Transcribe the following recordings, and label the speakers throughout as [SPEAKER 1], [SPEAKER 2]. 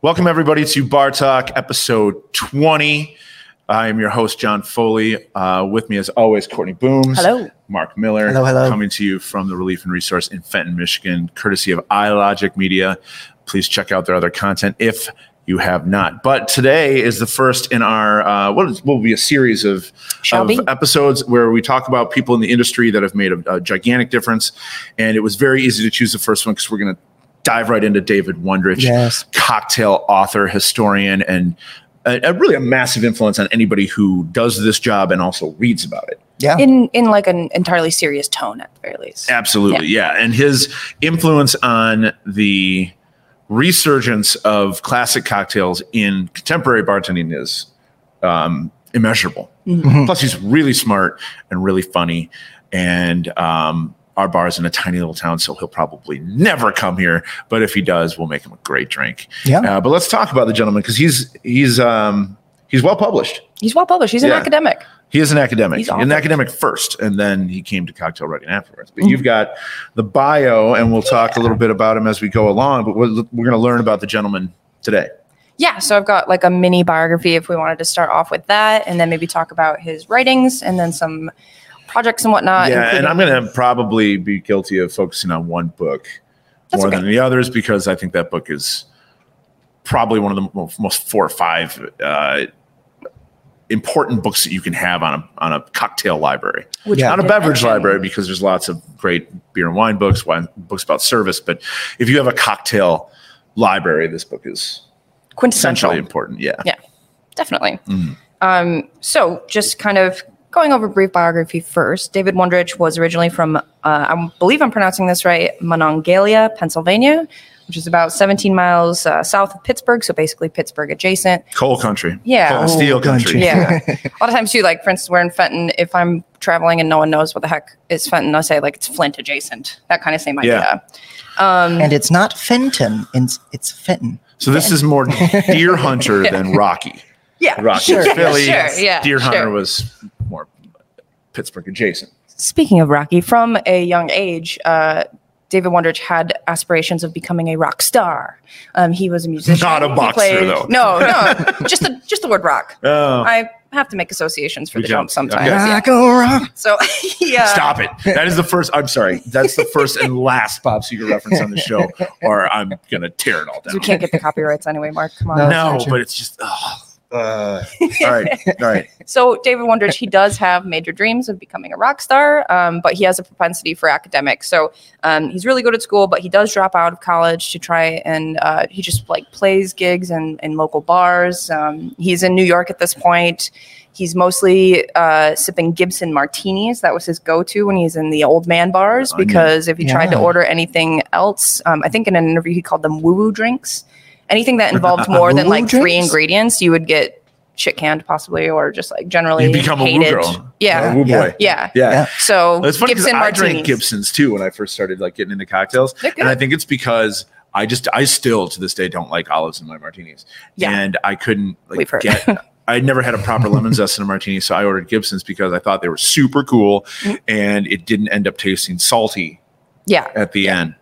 [SPEAKER 1] Welcome, everybody, to Bar Talk episode 20. I am your host, John Foley. Uh, with me, as always, Courtney Booms.
[SPEAKER 2] Hello.
[SPEAKER 1] Mark Miller.
[SPEAKER 3] Hello, hello.
[SPEAKER 1] Coming to you from the Relief and Resource in Fenton, Michigan, courtesy of iLogic Media. Please check out their other content if you have not. But today is the first in our, uh, what is, will be a series of,
[SPEAKER 2] Shall
[SPEAKER 1] of
[SPEAKER 2] be.
[SPEAKER 1] episodes where we talk about people in the industry that have made a, a gigantic difference. And it was very easy to choose the first one because we're going to dive right into David Wondrich
[SPEAKER 3] Yes.
[SPEAKER 1] cocktail author, historian, and a, a really a massive influence on anybody who does this job and also reads about it.
[SPEAKER 3] Yeah.
[SPEAKER 2] in in like an entirely serious tone at the very least.
[SPEAKER 1] Absolutely, Oh. yeah. And his influence on the resurgence of classic cocktails in contemporary bartending is um, immeasurable.
[SPEAKER 3] Mhm.
[SPEAKER 1] Plus, he's really smart and really funny. And um, our bar is in a tiny little town, so he'll probably never come here. But if he does, we'll make him a great drink.
[SPEAKER 3] Yeah.
[SPEAKER 1] Uh, but let's talk about the gentleman because he's he's um, he's well published.
[SPEAKER 2] He's well published. He's an
[SPEAKER 1] Yeah.
[SPEAKER 2] academic.
[SPEAKER 1] He is an academic,
[SPEAKER 2] He's
[SPEAKER 1] an
[SPEAKER 2] awesome. Mm-hmm.
[SPEAKER 1] academic first, and then he came to cocktail writing afterwards. But you've got the bio, and we'll talk a little bit about him as we go along. But we're, we're going to learn about the gentleman today.
[SPEAKER 2] Yeah, so I've got like a mini biography if we wanted to start off with that and then maybe talk about his writings and then some projects Uh, and whatnot.
[SPEAKER 1] yeah, and
[SPEAKER 2] including-
[SPEAKER 1] I'm going to probably be guilty of focusing on one book
[SPEAKER 2] That's
[SPEAKER 1] more
[SPEAKER 2] okay.
[SPEAKER 1] than the others because I think that book is probably one of the mo- most four or five uh, important books that you can have on a on a cocktail library.
[SPEAKER 2] Which
[SPEAKER 3] Yeah.
[SPEAKER 1] on
[SPEAKER 2] we
[SPEAKER 1] a
[SPEAKER 2] did
[SPEAKER 1] beverage
[SPEAKER 2] mention.
[SPEAKER 1] library because there's lots of great beer and wine books, wine books about service. But if you have a cocktail library, this book is
[SPEAKER 2] Quintessential.
[SPEAKER 1] essentially important. Yeah.
[SPEAKER 2] Yeah, definitely.
[SPEAKER 1] Mhm.
[SPEAKER 2] Um, so, just kind of going over brief biography first. David Wondrich was originally from, uh, I believe I'm pronouncing this right, Monongalia, Pennsylvania, which is about 17 miles uh, south of Pittsburgh. So basically Pittsburgh adjacent.
[SPEAKER 1] Coal country.
[SPEAKER 2] Yeah.
[SPEAKER 1] Coal and
[SPEAKER 2] Coal
[SPEAKER 1] steel country.
[SPEAKER 3] country.
[SPEAKER 2] Yeah. a lot of times too, like for instance, we're in Fenton. If I'm traveling and no one knows what the heck is Fenton, I'll say like it's Flint adjacent. That kind of same idea.
[SPEAKER 3] And it's not Fenton, it's, it's Fenton.
[SPEAKER 1] So this is more deer hunter than Rocky.
[SPEAKER 2] Yeah.
[SPEAKER 1] Rocky
[SPEAKER 3] Sure.
[SPEAKER 1] was Philly.
[SPEAKER 2] Yeah, sure, yeah,
[SPEAKER 1] deer hunter
[SPEAKER 2] sure.
[SPEAKER 1] was more Pittsburgh adjacent.
[SPEAKER 2] Speaking of Rocky, from a young age, uh, David Wondrich had aspirations of becoming a rock star. Um, he was a musician.
[SPEAKER 1] Not a
[SPEAKER 2] He
[SPEAKER 1] boxer, though.
[SPEAKER 2] No, no, just the just the word rock.
[SPEAKER 1] Oh,
[SPEAKER 2] I have to make associations for
[SPEAKER 1] We
[SPEAKER 2] the
[SPEAKER 1] jumped.
[SPEAKER 2] jump sometimes.
[SPEAKER 1] Okay.
[SPEAKER 2] Yeah.
[SPEAKER 3] Rock or rock.
[SPEAKER 2] So uh, yeah.
[SPEAKER 1] Oh, Stop it. That is the first. I'm sorry. That's the first and last Bob Seger reference on the show, or I'm going to tear it all down.
[SPEAKER 2] You can't get the copyrights anyway, Mark. Come on.
[SPEAKER 3] No.
[SPEAKER 1] no,
[SPEAKER 3] That's not
[SPEAKER 1] but it's just. Oh, uh, all right. All right.
[SPEAKER 2] So David Wondrich, he does have major dreams of becoming a rock star, um, but he has a propensity for academics. So um, he's really good at school, but he does drop out of college to try and uh, he just like plays gigs and in local bars. Um, he's in New York at this point. He's mostly uh, sipping Gibson martinis. That was his go-to when he's in the old man bars
[SPEAKER 1] Onion.
[SPEAKER 2] because if he tried to
[SPEAKER 3] Yeah.
[SPEAKER 2] order anything else, um, I think in an interview he called them woo-woo drinks. Anything that involved more than
[SPEAKER 3] Woo-woo
[SPEAKER 2] like three
[SPEAKER 3] drinks?
[SPEAKER 2] ingredients, you would get shit canned possibly, or just like generally
[SPEAKER 1] You become a woo
[SPEAKER 2] hated.
[SPEAKER 1] girl.
[SPEAKER 2] Yeah.
[SPEAKER 1] Or Oh, woo
[SPEAKER 3] Yeah.
[SPEAKER 1] boy.
[SPEAKER 2] yeah,
[SPEAKER 1] Yeah.
[SPEAKER 3] Yeah.
[SPEAKER 2] So
[SPEAKER 1] It's funny because
[SPEAKER 2] Gibson
[SPEAKER 1] I
[SPEAKER 2] martinis.
[SPEAKER 1] drank Gibsons too when I first started like getting into cocktails,
[SPEAKER 2] They're good.
[SPEAKER 1] and I think it's because I just I still to this day don't like olives in my martinis.
[SPEAKER 2] Yeah.
[SPEAKER 1] and I couldn't like
[SPEAKER 2] We've heard.
[SPEAKER 1] get. I never had a proper lemon zest in a martini, so I ordered Gibsons because I thought they were super cool,
[SPEAKER 2] Mm.
[SPEAKER 1] and it didn't end up tasting salty
[SPEAKER 2] yeah.
[SPEAKER 1] at the end.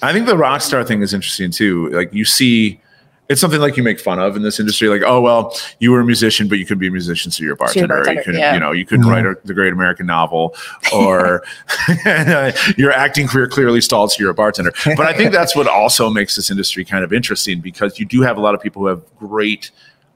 [SPEAKER 1] I think the rock star thing is interesting too. Like you see, it's something like you make fun of in this industry. Like, oh well, you were a musician, but you could be a musician, so you're a
[SPEAKER 2] So you're
[SPEAKER 1] bartender. you
[SPEAKER 2] a bartender,
[SPEAKER 1] couldn't,
[SPEAKER 2] yeah.
[SPEAKER 1] you know, you couldn't write a, the great American novel, or your acting career clearly stalled, so you're a bartender. But I think that's what also makes this industry kind of interesting because you do have a lot of people who have great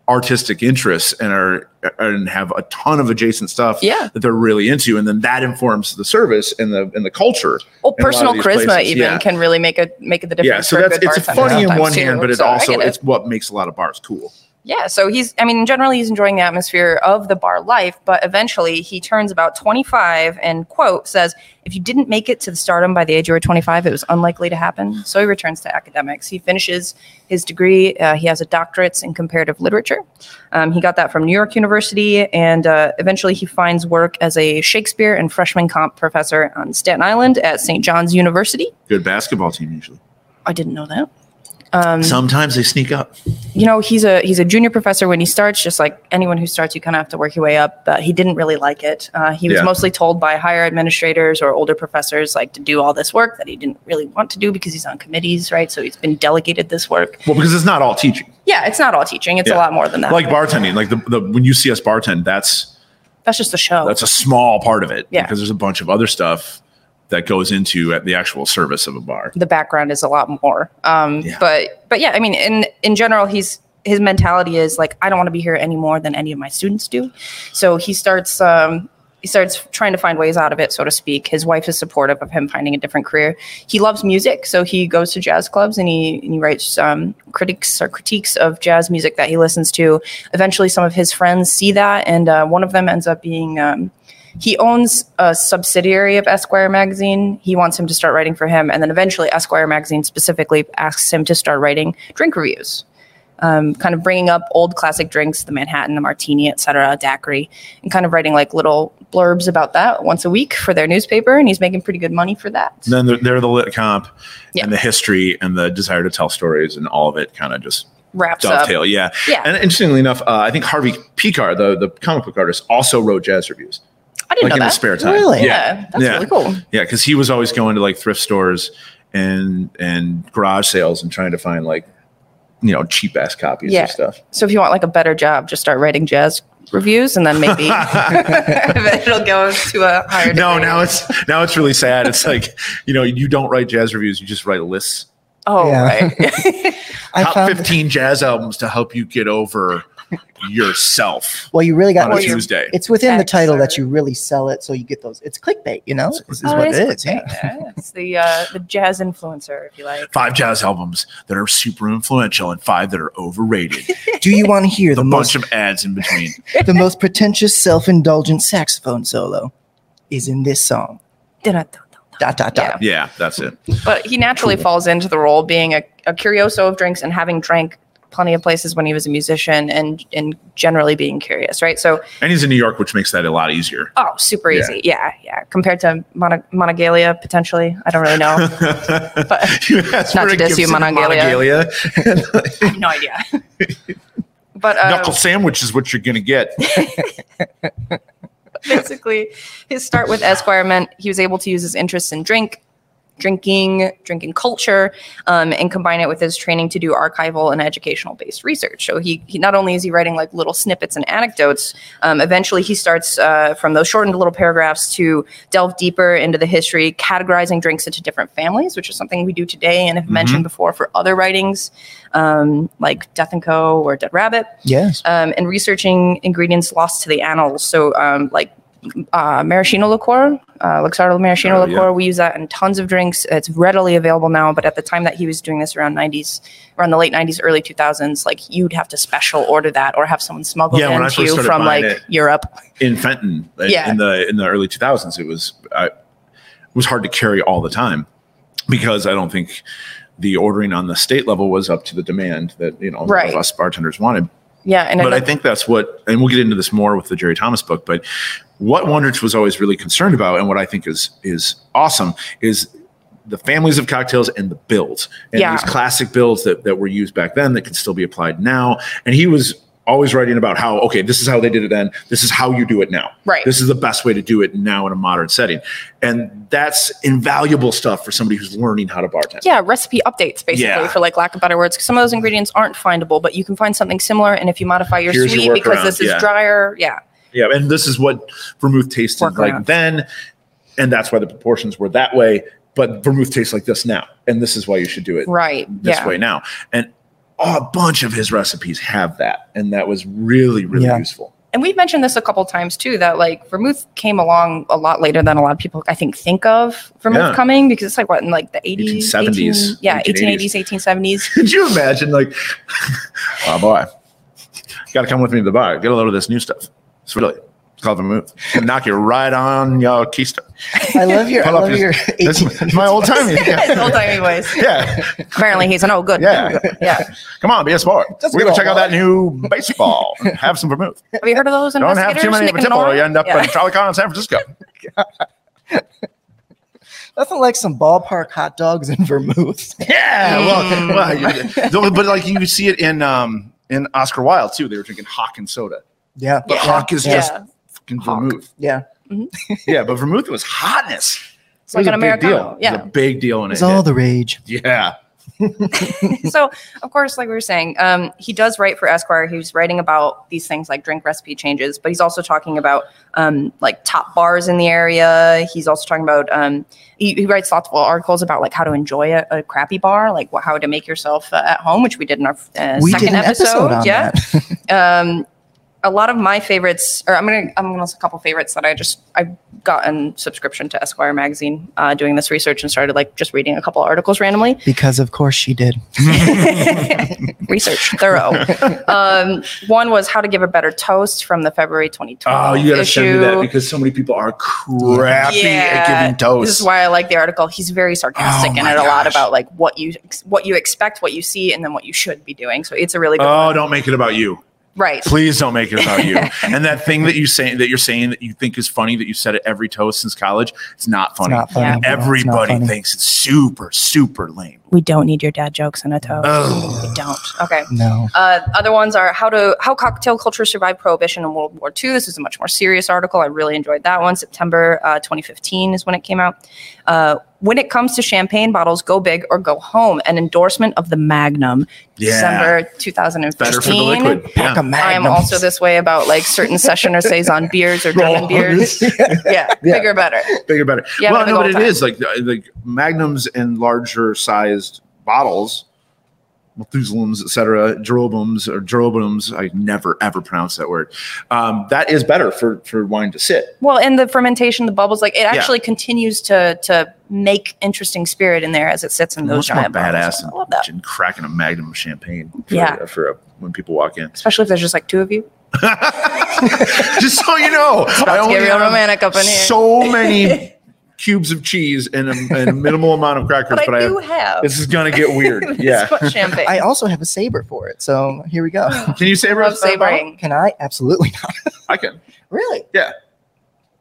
[SPEAKER 1] artistic interests and are and have a ton of adjacent stuff
[SPEAKER 2] Yeah.
[SPEAKER 1] that they're really into and then that informs the service and the and the culture in a lot
[SPEAKER 2] Well,
[SPEAKER 1] of
[SPEAKER 2] personal
[SPEAKER 1] these
[SPEAKER 2] charisma
[SPEAKER 1] places,
[SPEAKER 2] even
[SPEAKER 1] yeah.
[SPEAKER 2] can really make a make the difference.
[SPEAKER 1] yeah so
[SPEAKER 2] for a
[SPEAKER 1] that's
[SPEAKER 2] good
[SPEAKER 1] it's
[SPEAKER 2] bartender
[SPEAKER 1] funny in
[SPEAKER 2] sometimes,
[SPEAKER 1] one
[SPEAKER 2] too.
[SPEAKER 1] hand but it's
[SPEAKER 2] So I
[SPEAKER 1] also
[SPEAKER 2] get it.
[SPEAKER 1] it's what makes a lot of bars cool
[SPEAKER 2] Yeah, so he's, I mean, generally he's enjoying the atmosphere of the bar life, but eventually he turns about 25 and, quote, says, if you didn't make it to the stardom by the age you were 25, it was unlikely to happen. So he returns to academics. He finishes his degree. Uh, he has a doctorate in comparative literature. Um, he got that from New York University, and uh, eventually he finds work as a Shakespeare and freshman comp professor on Staten Island at St. John's University.
[SPEAKER 1] good basketball team usually
[SPEAKER 2] I didn't know that.
[SPEAKER 1] Sometimes they sneak up.
[SPEAKER 2] you know he's a he's a junior professor when he starts just like anyone who starts you kind of have to work your way up but he didn't really like it uh, he was
[SPEAKER 1] Yeah.
[SPEAKER 2] mostly told by higher administrators or older professors like to do all this work that he didn't really want to do because he's on committees right so he's been delegated this work
[SPEAKER 1] Well, because it's not all teaching.
[SPEAKER 2] yeah it's not all teaching it's
[SPEAKER 1] Yeah.
[SPEAKER 2] a lot more than that
[SPEAKER 1] Like bartending, like the, the when you see us bartend, that's
[SPEAKER 2] that's just the show
[SPEAKER 1] that's a small part of it.
[SPEAKER 2] Yeah.
[SPEAKER 1] Because there's a bunch of other stuff that goes into at the actual service of a bar.
[SPEAKER 2] the background is a lot more. Um, But but yeah, I mean, in in general, he's his mentality is like I don't want to be here any more than any of my students do. So he starts um, he starts trying to find ways out of it, so to speak. His wife is supportive of him finding a different career. He loves music, so he goes to jazz clubs and he and he writes um, critics or critiques of jazz music that he listens to. Eventually, some of his friends see that, and uh, one of them ends up being. Um, he owns a subsidiary of Esquire magazine. He wants him to start writing for him, and then eventually Esquire magazine specifically asks him to start writing drink reviews, um, kind of bringing up old classic drinks, the Manhattan, the Martini, etc., daiquiri, and kind of writing like little blurbs about that once a week for their newspaper, and he's making pretty good money for that.
[SPEAKER 1] Then they're, they're the lit comp
[SPEAKER 2] Yeah.
[SPEAKER 1] and the history and the desire to tell stories and all of it kind of just
[SPEAKER 2] Wraps up.
[SPEAKER 1] dovetail. Yeah.
[SPEAKER 2] Yeah.
[SPEAKER 1] And interestingly enough, uh, I think Harvey Picar, the, the comic book artist, also wrote jazz reviews.
[SPEAKER 2] I didn't
[SPEAKER 1] like in
[SPEAKER 2] know that.
[SPEAKER 1] his spare time.
[SPEAKER 3] Really?
[SPEAKER 2] Yeah, that's really cool.
[SPEAKER 1] Yeah, because he was always going to like thrift stores and and garage sales and trying to find like you know cheap ass copies
[SPEAKER 2] Yeah.
[SPEAKER 1] of stuff.
[SPEAKER 2] So if you want like a better job, just start writing jazz reviews, and then maybe it'll go to a higher.
[SPEAKER 1] No,
[SPEAKER 2] degree.
[SPEAKER 1] now it's now it's really sad. It's like you know you don't write jazz reviews; you just write lists.
[SPEAKER 2] oh
[SPEAKER 3] Yeah.
[SPEAKER 2] right.
[SPEAKER 3] I
[SPEAKER 1] Top
[SPEAKER 3] found.
[SPEAKER 1] fifteen jazz albums to help you get over yourself.
[SPEAKER 3] Well, you really got
[SPEAKER 1] On a
[SPEAKER 3] it's-
[SPEAKER 1] Tuesday.
[SPEAKER 3] It's within the
[SPEAKER 2] Facts
[SPEAKER 3] title
[SPEAKER 2] are-
[SPEAKER 3] that you really sell it, so you get those. It's clickbait, you know. Is, is
[SPEAKER 2] Oh,
[SPEAKER 3] what
[SPEAKER 2] it is
[SPEAKER 3] Yeah.
[SPEAKER 2] clickbait. Yeah, It's the uh, the jazz influencer, if you like.
[SPEAKER 1] Five jazz albums that are super influential and five that are overrated.
[SPEAKER 3] Do you want to hear
[SPEAKER 1] With a
[SPEAKER 3] the
[SPEAKER 1] bunch
[SPEAKER 3] most
[SPEAKER 1] of ads in between.
[SPEAKER 3] the most pretentious, self-indulgent saxophone solo? Is in this song.
[SPEAKER 2] Dun-dun-dun-dun.
[SPEAKER 3] Dot dot dot.
[SPEAKER 1] Yeah, that's it.
[SPEAKER 2] But he naturally falls into the role being a, a curioso of drinks and having drank plenty of places when he was a musician and and generally being curious, right? So
[SPEAKER 1] And he's in New York, which makes that a lot easier.
[SPEAKER 2] oh, super
[SPEAKER 1] Yeah.
[SPEAKER 2] easy, yeah, yeah. Compared to Mono- Monogalia potentially, I don't really know. But-
[SPEAKER 1] you asked
[SPEAKER 2] Not
[SPEAKER 1] for
[SPEAKER 2] to
[SPEAKER 1] a
[SPEAKER 2] diss you,
[SPEAKER 1] Gibson
[SPEAKER 2] Monogalia.
[SPEAKER 1] Monogalia.
[SPEAKER 2] I have no idea. but uh,
[SPEAKER 1] Knuckle sandwich is what you're gonna get.
[SPEAKER 2] basically his start with esquire meant he was able to use his interests in drink drinking drinking culture um, and combine it with his training to do archival and educational based research so he, he not only is he writing like little snippets and anecdotes um, eventually he starts uh, from those shortened little paragraphs to delve deeper into the history categorizing drinks into different families which is something we do today and have mentioned before for other writings um, like death and co or dead rabbit
[SPEAKER 3] Yes.
[SPEAKER 2] um, and researching ingredients lost to the annals. So, um, like uh, maraschino liqueur, uh, Luxardo maraschino
[SPEAKER 1] Oh, yeah.
[SPEAKER 2] liqueur, we use that in tons of drinks. It's readily available now, but at the time that he was doing this around 90s, around the late 90s, early 2000s, like you'd have to special order that or have someone smuggle
[SPEAKER 1] Yeah, when I
[SPEAKER 2] it in
[SPEAKER 1] first
[SPEAKER 2] to you
[SPEAKER 1] started
[SPEAKER 2] from
[SPEAKER 1] buying
[SPEAKER 2] like
[SPEAKER 1] it.
[SPEAKER 2] Europe.
[SPEAKER 1] In Fenton, in-
[SPEAKER 2] Yeah.
[SPEAKER 1] in the in the early 2000s, it was I, it was hard to carry all the time because I don't think the ordering on the state level was up to the demand that you know a lot
[SPEAKER 2] Right.
[SPEAKER 1] of us bartenders wanted.
[SPEAKER 2] Yeah, and
[SPEAKER 1] But I
[SPEAKER 2] another-
[SPEAKER 1] think that's what, and we'll get into this more with the Jerry Thomas book. But what Wondrich was always really concerned about, and what I think is is awesome, is the families of cocktails and the builds, and
[SPEAKER 2] Yeah.
[SPEAKER 1] these classic builds that that were used back then that can still be applied now. And he was always writing about how okay, this is how they did it then. This is how you do it now.
[SPEAKER 2] Right.
[SPEAKER 1] This is the best way to do it now in a modern setting, and that's invaluable stuff for somebody who's learning how to bartend.
[SPEAKER 2] yeah, recipe updates basically
[SPEAKER 1] Yeah.
[SPEAKER 2] for like lack of better words. 'Cause Some of those ingredients aren't findable, but you can find something similar. And if you modify your
[SPEAKER 1] Here's your
[SPEAKER 2] sweet because
[SPEAKER 1] workaround,
[SPEAKER 2] this is
[SPEAKER 1] yeah.
[SPEAKER 2] drier, yeah,
[SPEAKER 1] Yeah, and this is what vermouth tasted
[SPEAKER 2] Work
[SPEAKER 1] like
[SPEAKER 2] around.
[SPEAKER 1] then, and that's why the proportions were that way. But vermouth tastes like this now, and this is why you should do it
[SPEAKER 2] right,
[SPEAKER 1] this
[SPEAKER 2] yeah.
[SPEAKER 1] way now. And a bunch of his recipes have that, and that was really really
[SPEAKER 3] Yeah.
[SPEAKER 1] useful.
[SPEAKER 2] and we've mentioned this a couple times too that like vermouth came along a lot later than a lot of people i think think of vermouth
[SPEAKER 1] Yeah.
[SPEAKER 2] coming because it's like what in like the 80s
[SPEAKER 1] 1870s,
[SPEAKER 2] 18 yeah
[SPEAKER 1] 1880s.
[SPEAKER 2] 1880s 1870s
[SPEAKER 1] Could you imagine, like, oh boy, got to come with me to the bar, get a load of this new stuff. It's really it's called vermouth. Knock you right on your keystone.
[SPEAKER 3] I love your. I
[SPEAKER 1] Pull up
[SPEAKER 3] love
[SPEAKER 1] your-
[SPEAKER 3] your.
[SPEAKER 1] That's my,
[SPEAKER 3] 18
[SPEAKER 1] that's my old timey.
[SPEAKER 2] His
[SPEAKER 1] Yeah.
[SPEAKER 2] old-timey voice.
[SPEAKER 1] yeah,
[SPEAKER 2] apparently he's an oh good
[SPEAKER 1] Yeah.
[SPEAKER 2] yeah
[SPEAKER 1] come on, be a sport.
[SPEAKER 3] Just
[SPEAKER 1] We're
[SPEAKER 3] go
[SPEAKER 1] gonna check out
[SPEAKER 3] on.
[SPEAKER 1] that new baseball. Have some vermouth.
[SPEAKER 2] have you heard of those
[SPEAKER 1] Don't have too
[SPEAKER 2] investigators,
[SPEAKER 1] many
[SPEAKER 2] Nick
[SPEAKER 1] of a
[SPEAKER 2] and
[SPEAKER 1] tip or
[SPEAKER 2] Nora?
[SPEAKER 1] you end up
[SPEAKER 2] Yeah.
[SPEAKER 1] in Trolicon in San Francisco.
[SPEAKER 3] Nothing like some ballpark hot dogs and vermouth.
[SPEAKER 1] Yeah, well, well you- no, but like you see it in um in Oscar Wilde too. They were drinking hock and soda,
[SPEAKER 3] yeah.
[SPEAKER 1] but
[SPEAKER 2] Yeah.
[SPEAKER 1] hock is
[SPEAKER 2] Yeah.
[SPEAKER 1] just fucking vermouth.
[SPEAKER 3] Yeah.
[SPEAKER 1] Yeah, but vermouth was hotness.
[SPEAKER 2] It's like
[SPEAKER 1] It was
[SPEAKER 2] an
[SPEAKER 1] a big
[SPEAKER 2] Americano.
[SPEAKER 1] deal. It was
[SPEAKER 2] Yeah.
[SPEAKER 1] a big deal in
[SPEAKER 3] It's all the rage.
[SPEAKER 1] yeah,
[SPEAKER 2] so of course like we were saying um, he does write for esquire he's writing about these things like drink recipe changes but he's also talking about um, like top bars in the area he's also talking about um, he, he writes thoughtful articles about like how to enjoy a, a crappy bar like wh- how to make yourself uh, at home which we did in our uh,
[SPEAKER 3] We
[SPEAKER 2] second
[SPEAKER 3] did an episode, on
[SPEAKER 2] yeah
[SPEAKER 3] that.
[SPEAKER 2] um, a lot of my favorites, or I'm gonna, I'm gonna list a couple favorites that I just I've gotten subscription to Esquire magazine uh, doing this research and started like just reading a couple articles randomly
[SPEAKER 3] because of course she did.
[SPEAKER 2] research thorough. um, one was how to give a better toast from the February 2012
[SPEAKER 1] Oh, you gotta
[SPEAKER 2] issue.
[SPEAKER 1] send me that because so many people are crappy at
[SPEAKER 2] Yeah.
[SPEAKER 1] giving toast.
[SPEAKER 2] This is why I like the article. He's very sarcastic
[SPEAKER 1] Oh
[SPEAKER 2] in
[SPEAKER 1] my
[SPEAKER 2] it a lot
[SPEAKER 1] gosh.
[SPEAKER 2] about like what you what you expect, what you see, and then what you should be doing. So it's a really good
[SPEAKER 1] oh, don't make it about you.
[SPEAKER 2] right.
[SPEAKER 1] Please don't make it about you. and that thing that you say that you're saying that you think is funny that you said at every toast since college, it's not
[SPEAKER 3] It's
[SPEAKER 1] funny.
[SPEAKER 3] not funny.
[SPEAKER 2] Yeah.
[SPEAKER 3] It's not
[SPEAKER 1] Everybody
[SPEAKER 3] funny.
[SPEAKER 1] thinks it's super, super lame.
[SPEAKER 2] We don't need your dad jokes in a toast.
[SPEAKER 1] Ugh.
[SPEAKER 2] We don't. Okay.
[SPEAKER 3] No.
[SPEAKER 2] Uh, other ones are how to how cocktail culture survived prohibition in World War II. This is a much more serious article. I really enjoyed that one. September uh, 2015 is when it came out. Uh, when it comes to champagne bottles, go big or go home. An endorsement of the Magnum,
[SPEAKER 1] Yeah.
[SPEAKER 2] December 2015.
[SPEAKER 1] Better for the liquid. Yeah.
[SPEAKER 3] Pack of
[SPEAKER 2] I am
[SPEAKER 3] Magnums.
[SPEAKER 2] also this way about like certain session or saison beers or German beers. Yeah, bigger better.
[SPEAKER 1] Bigger, better.
[SPEAKER 2] Yeah,
[SPEAKER 1] well,
[SPEAKER 2] for the
[SPEAKER 1] no, but
[SPEAKER 2] gold
[SPEAKER 1] it
[SPEAKER 2] time.
[SPEAKER 1] is like uh, like magnums and larger sized bottles, Methuselims, etc., Jeroboams or Jeroboams. I never ever pronounce that word. Um, that is better for for wine to sit.
[SPEAKER 2] Well, and the fermentation, the bubbles, like it actually continues to to make interesting spirit in there as it sits in those
[SPEAKER 1] Much more
[SPEAKER 2] giant bottles.
[SPEAKER 1] badass
[SPEAKER 2] I love that.
[SPEAKER 1] than cracking a magnum of champagne. For,
[SPEAKER 2] Yeah.
[SPEAKER 1] for uh when people walk in.
[SPEAKER 2] Especially if there's just like two of you.
[SPEAKER 1] Just so you know, I
[SPEAKER 2] About to
[SPEAKER 1] only
[SPEAKER 2] get real
[SPEAKER 1] have
[SPEAKER 2] romantic up in here.
[SPEAKER 1] Oh, so many cubes of cheese and a, and a minimal amount of crackers,
[SPEAKER 2] but,
[SPEAKER 1] but,
[SPEAKER 2] I
[SPEAKER 1] I,
[SPEAKER 2] do have.
[SPEAKER 1] this is gonna get weird.
[SPEAKER 2] this
[SPEAKER 1] yeah.
[SPEAKER 2] much champagne.
[SPEAKER 3] I also have a saber for it. So here we go.
[SPEAKER 1] Can you say
[SPEAKER 2] love
[SPEAKER 1] roast that bottle?
[SPEAKER 2] savoring.
[SPEAKER 3] Can I? Absolutely not.
[SPEAKER 1] I can.
[SPEAKER 3] Really?
[SPEAKER 1] Yeah.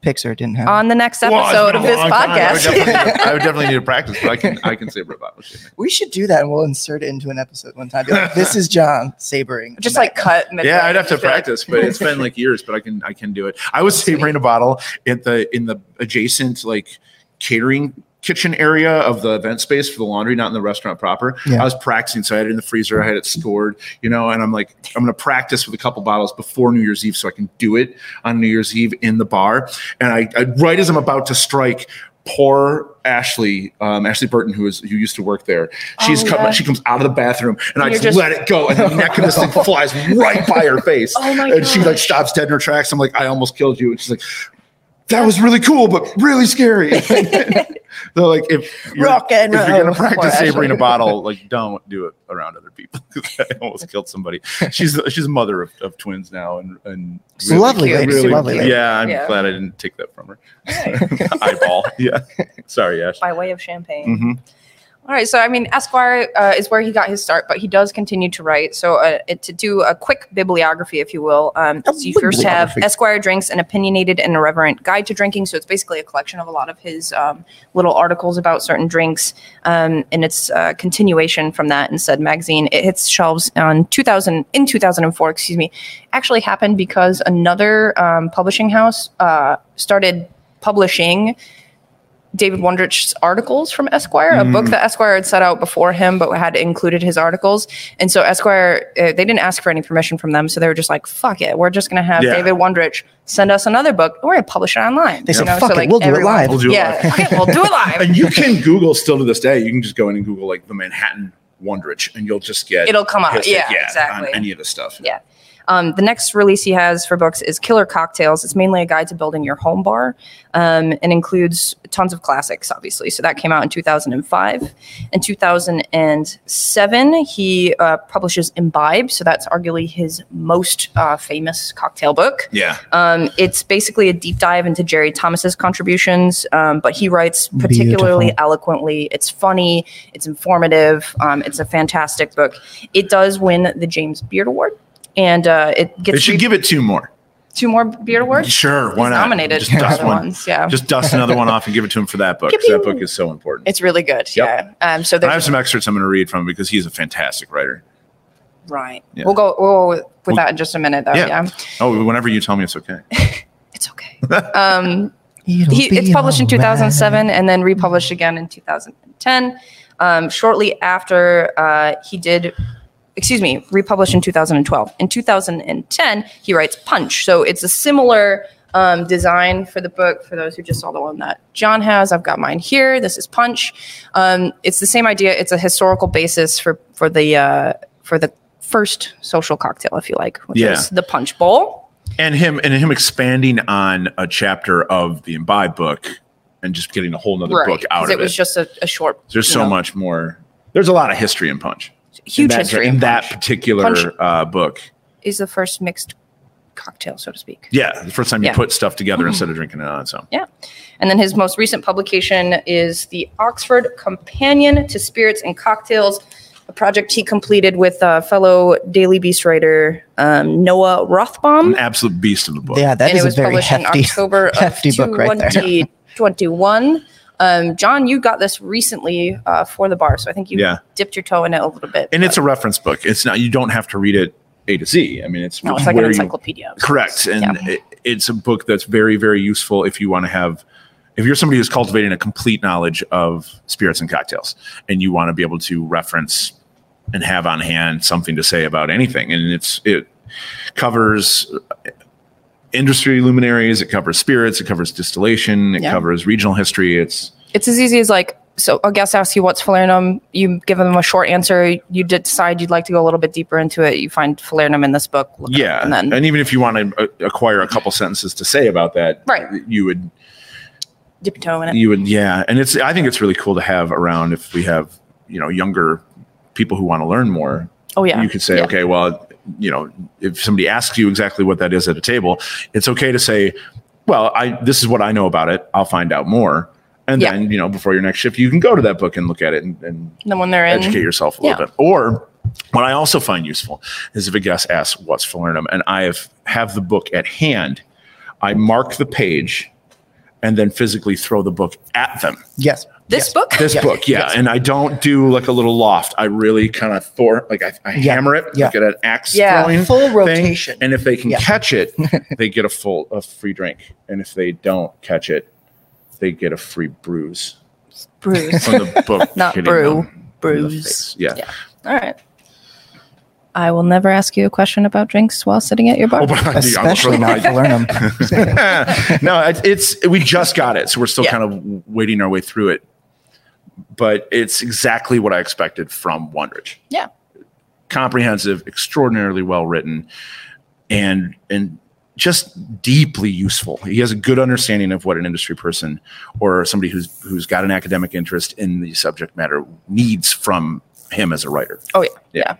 [SPEAKER 3] Pixar didn't have. it.
[SPEAKER 2] On the next
[SPEAKER 1] Well, it's
[SPEAKER 2] episode
[SPEAKER 1] been
[SPEAKER 2] of
[SPEAKER 1] a
[SPEAKER 2] this
[SPEAKER 1] long time. I would, definitely
[SPEAKER 2] podcast.
[SPEAKER 1] need, I would definitely need to practice, but I can I can savor a bottle. shit.
[SPEAKER 3] we should do that and we'll insert it into an episode one time. Be like, this is John sabering.
[SPEAKER 2] Just like cut. midway.
[SPEAKER 1] Yeah, I'd have to
[SPEAKER 2] Just be like,
[SPEAKER 1] practice, but it's been like years, but I can I can do it. I was savoring a bottle at the in the adjacent like catering kitchen area of the event space for the laundry, not in the restaurant proper.
[SPEAKER 3] Yeah.
[SPEAKER 1] I was practicing, so I had it in the freezer, I had it stored, you know, and I'm like, I'm gonna practice with a couple bottles before New Year's Eve so I can do it on New Year's Eve in the bar. And I, I right as I'm about to strike. Poor Ashley, um, Ashley Burton, who is who used to work there. She's
[SPEAKER 2] Oh,
[SPEAKER 1] come,
[SPEAKER 2] yeah.
[SPEAKER 1] she comes out of the bathroom, and I
[SPEAKER 2] You're
[SPEAKER 1] just,
[SPEAKER 2] just-
[SPEAKER 1] let it go, and the neck of this thing flies right by her face
[SPEAKER 2] Oh my
[SPEAKER 1] and she like
[SPEAKER 2] gosh.
[SPEAKER 1] stops dead in her tracks. I'm like, I almost killed you. And she's like, that was really cool, but really scary. They're like, if you're,
[SPEAKER 3] Rock and
[SPEAKER 1] if you're
[SPEAKER 3] roll.
[SPEAKER 1] gonna practice
[SPEAKER 3] Poor
[SPEAKER 1] savoring a
[SPEAKER 3] Ashley.
[SPEAKER 1] bottle, like don't do it around other people. 'Cause I almost killed somebody. She's she's a mother of, of twins now, and and
[SPEAKER 3] She's a lovely
[SPEAKER 2] lady. She's a lovely lady.
[SPEAKER 1] Yeah, I'm
[SPEAKER 2] Yeah.
[SPEAKER 1] glad I didn't take that from her. Eyeball. Yeah. Sorry, Ash.
[SPEAKER 2] By way of champagne.
[SPEAKER 1] hmm
[SPEAKER 2] All right, so I mean, Esquire uh, is where he got his start, but he does continue to write. So, uh, it- to do a quick bibliography, if you will, um,
[SPEAKER 3] A
[SPEAKER 2] so you first have
[SPEAKER 3] bibliography.
[SPEAKER 2] Esquire Drinks, an opinionated and irreverent guide to drinking. So, it's basically a collection of a lot of his um, little articles about certain drinks, um, and it's uh, continuation from that in said magazine. It hits shelves on 2000 in 2004. Excuse me, actually happened because another um, publishing house uh, started publishing David Wondrich's articles from Esquire, a
[SPEAKER 3] Mm.
[SPEAKER 2] book that Esquire had set out before him, but had included his articles. And so Esquire, uh, they didn't ask for any permission from them, so they were just like, "Fuck it, we're just gonna have
[SPEAKER 1] Yeah.
[SPEAKER 2] David Wondrich send us another book. and We're gonna publish it online."
[SPEAKER 3] They said, "Fuck it, we'll do it live."
[SPEAKER 1] We'll do it
[SPEAKER 2] yeah,
[SPEAKER 1] live.
[SPEAKER 2] fuck it, we'll do it live.
[SPEAKER 1] And you can Google still to this day. You can just go in and Google like the Manhattan Wondrich, and you'll just get
[SPEAKER 2] It'll come out.
[SPEAKER 1] Just
[SPEAKER 2] Yeah,
[SPEAKER 1] like,
[SPEAKER 2] exactly.
[SPEAKER 1] On any of the stuff.
[SPEAKER 2] Yeah. Um, the next release he has for books is Killer Cocktails. It's mainly a guide to building your home bar um, and includes tons of classics, obviously. So that came out in 2005. In 2007, he uh, publishes Imbibe. So that's arguably his most uh, famous cocktail book.
[SPEAKER 1] Yeah.
[SPEAKER 2] Um, it's basically a deep dive into Jerry Thomas's contributions, um, but he writes particularly
[SPEAKER 3] Beautiful.
[SPEAKER 2] eloquently. It's funny, it's informative, um, it's a fantastic book. It does win the James Beard Award, and uh, it
[SPEAKER 1] They
[SPEAKER 2] gets
[SPEAKER 1] should
[SPEAKER 2] re-
[SPEAKER 1] give it two more.
[SPEAKER 2] two more Beard Awards.
[SPEAKER 1] Sure, why
[SPEAKER 2] He's
[SPEAKER 1] not?
[SPEAKER 2] nominated
[SPEAKER 1] Just
[SPEAKER 2] for
[SPEAKER 1] dust
[SPEAKER 2] other
[SPEAKER 1] one.
[SPEAKER 2] ones. Yeah,
[SPEAKER 1] Just dust another one off and give it to him for that book. 'cause That book is so important.
[SPEAKER 2] it's really good.
[SPEAKER 1] Yep.
[SPEAKER 2] Yeah. Um. So
[SPEAKER 1] And I have
[SPEAKER 2] there's
[SPEAKER 1] some excerpts I'm going to read from him because he's a fantastic writer.
[SPEAKER 2] right.
[SPEAKER 1] Yeah.
[SPEAKER 2] We'll go. We'll go with, with
[SPEAKER 1] We'll-
[SPEAKER 2] that in just a minute, though.
[SPEAKER 1] Yeah.
[SPEAKER 2] Yeah.
[SPEAKER 1] Oh, whenever you tell me, it's okay.
[SPEAKER 2] It's okay. Um. he, it's published in 2007 and then republished again in 2010. Um, shortly after uh, he did, excuse me, republished in 2012. In 2010, he writes Punch. So it's a similar um, design for the book. For those who just saw the one that John has, I've got mine here. This is Punch. Um, it's the same idea. It's a historical basis for for the uh, for the first social cocktail, if you like, which
[SPEAKER 1] Yeah.
[SPEAKER 2] is the Punch Bowl.
[SPEAKER 1] and him and him expanding on a chapter of the imbibe book and just getting a whole nother book
[SPEAKER 2] 'cause
[SPEAKER 1] out of
[SPEAKER 2] it was just a, a short.
[SPEAKER 1] there's
[SPEAKER 2] you
[SPEAKER 1] so
[SPEAKER 2] know,
[SPEAKER 1] much more there's a lot of history in punch in
[SPEAKER 2] huge
[SPEAKER 1] that,
[SPEAKER 2] history
[SPEAKER 1] in
[SPEAKER 2] Punch.
[SPEAKER 1] that particular
[SPEAKER 2] Punch-
[SPEAKER 1] Uh, book
[SPEAKER 2] is the first mixed cocktail, so to speak.
[SPEAKER 1] yeah the first time you
[SPEAKER 2] Yeah. Mm-hmm.
[SPEAKER 1] put stuff together instead of drinking it on its own
[SPEAKER 2] And then his most recent publication is the Oxford Companion to Spirits and Cocktails, a project he completed with uh, fellow Daily Beast writer um, Noah Rothbaum.
[SPEAKER 1] an absolute beast of a book
[SPEAKER 3] Yeah, that
[SPEAKER 2] and
[SPEAKER 3] is
[SPEAKER 2] it was
[SPEAKER 3] a very
[SPEAKER 2] published
[SPEAKER 3] hefty.
[SPEAKER 2] in October of
[SPEAKER 3] hefty book right there.
[SPEAKER 2] 2021. Um, John, you got this recently uh, for the bar, so I think you
[SPEAKER 1] Yeah.
[SPEAKER 2] dipped your toe in it a little bit.
[SPEAKER 1] and
[SPEAKER 2] but-
[SPEAKER 1] it's a reference book it's not you don't have to read it a to z i mean it's,
[SPEAKER 2] no, it's like an
[SPEAKER 1] where you-
[SPEAKER 2] encyclopedia.
[SPEAKER 1] correct and
[SPEAKER 2] Yeah.
[SPEAKER 1] it, it's a book that's very very useful if you want to have if you're somebody who's cultivating a complete knowledge of spirits and cocktails and you want to be able to reference and have on hand something to say about anything and it's it covers industry luminaries it covers spirits it covers distillation it
[SPEAKER 2] Yeah.
[SPEAKER 1] covers regional history it's
[SPEAKER 2] it's as easy as like so a guest asks you what's falernum you give them a short answer you d- decide you'd like to go a little bit deeper into it you find falernum in this book look it up,
[SPEAKER 1] yeah
[SPEAKER 2] and then
[SPEAKER 1] even if you want to uh, acquire a couple sentences to say about that
[SPEAKER 2] Right.
[SPEAKER 1] you would
[SPEAKER 2] dip your toe in it
[SPEAKER 1] you would yeah and it's i think it's really cool to have around if we have you know younger people who want to learn more
[SPEAKER 2] oh yeah
[SPEAKER 1] you could say
[SPEAKER 2] Yeah.
[SPEAKER 1] okay well you know if somebody asks you exactly what that is at a table it's okay to say well i this is what i know about it i'll find out more and
[SPEAKER 2] Yeah.
[SPEAKER 1] then you know before your next shift you can go to that book and look at it and, and
[SPEAKER 2] and then when they're in
[SPEAKER 1] educate yourself a little
[SPEAKER 2] Yeah.
[SPEAKER 1] bit. Or what I also find useful is if a guest asks what's falernum and I have, have the book at hand, I mark the page and then physically throw the book at them.
[SPEAKER 3] Yes.
[SPEAKER 2] this book
[SPEAKER 1] This book, yeah. And I don't do like a little loft. I really kind of thor like I, I
[SPEAKER 3] Yeah.
[SPEAKER 1] hammer it,
[SPEAKER 3] Yeah.
[SPEAKER 1] like at an axe
[SPEAKER 2] Yeah.
[SPEAKER 1] throwing
[SPEAKER 3] Full
[SPEAKER 1] thing.
[SPEAKER 3] rotation.
[SPEAKER 1] And if they can
[SPEAKER 3] Yeah.
[SPEAKER 1] catch it, they get a full a free drink. And if they don't catch it, they get a free bruise
[SPEAKER 2] bruise
[SPEAKER 1] from the book.
[SPEAKER 2] Not
[SPEAKER 1] hitting
[SPEAKER 2] brew,
[SPEAKER 1] them in the
[SPEAKER 2] bruise.
[SPEAKER 1] face. Yeah.
[SPEAKER 2] Yeah. all right i will never ask you a question about drinks while sitting at your bar
[SPEAKER 1] Oh, but I- I almost
[SPEAKER 3] Especially
[SPEAKER 1] wrote
[SPEAKER 3] not
[SPEAKER 1] my-
[SPEAKER 3] Falernum.
[SPEAKER 1] no, it- it's we just got it, so we're still
[SPEAKER 2] Yeah.
[SPEAKER 1] kind of waiting our way through it. But it's exactly what I expected from Wondrich.
[SPEAKER 2] yeah
[SPEAKER 1] Comprehensive, extraordinarily well written, and and just deeply useful. He has a good understanding of what an industry person or somebody who's who's got an academic interest in the subject matter needs from him as a writer.
[SPEAKER 2] Oh yeah.
[SPEAKER 1] Yeah.
[SPEAKER 2] yeah.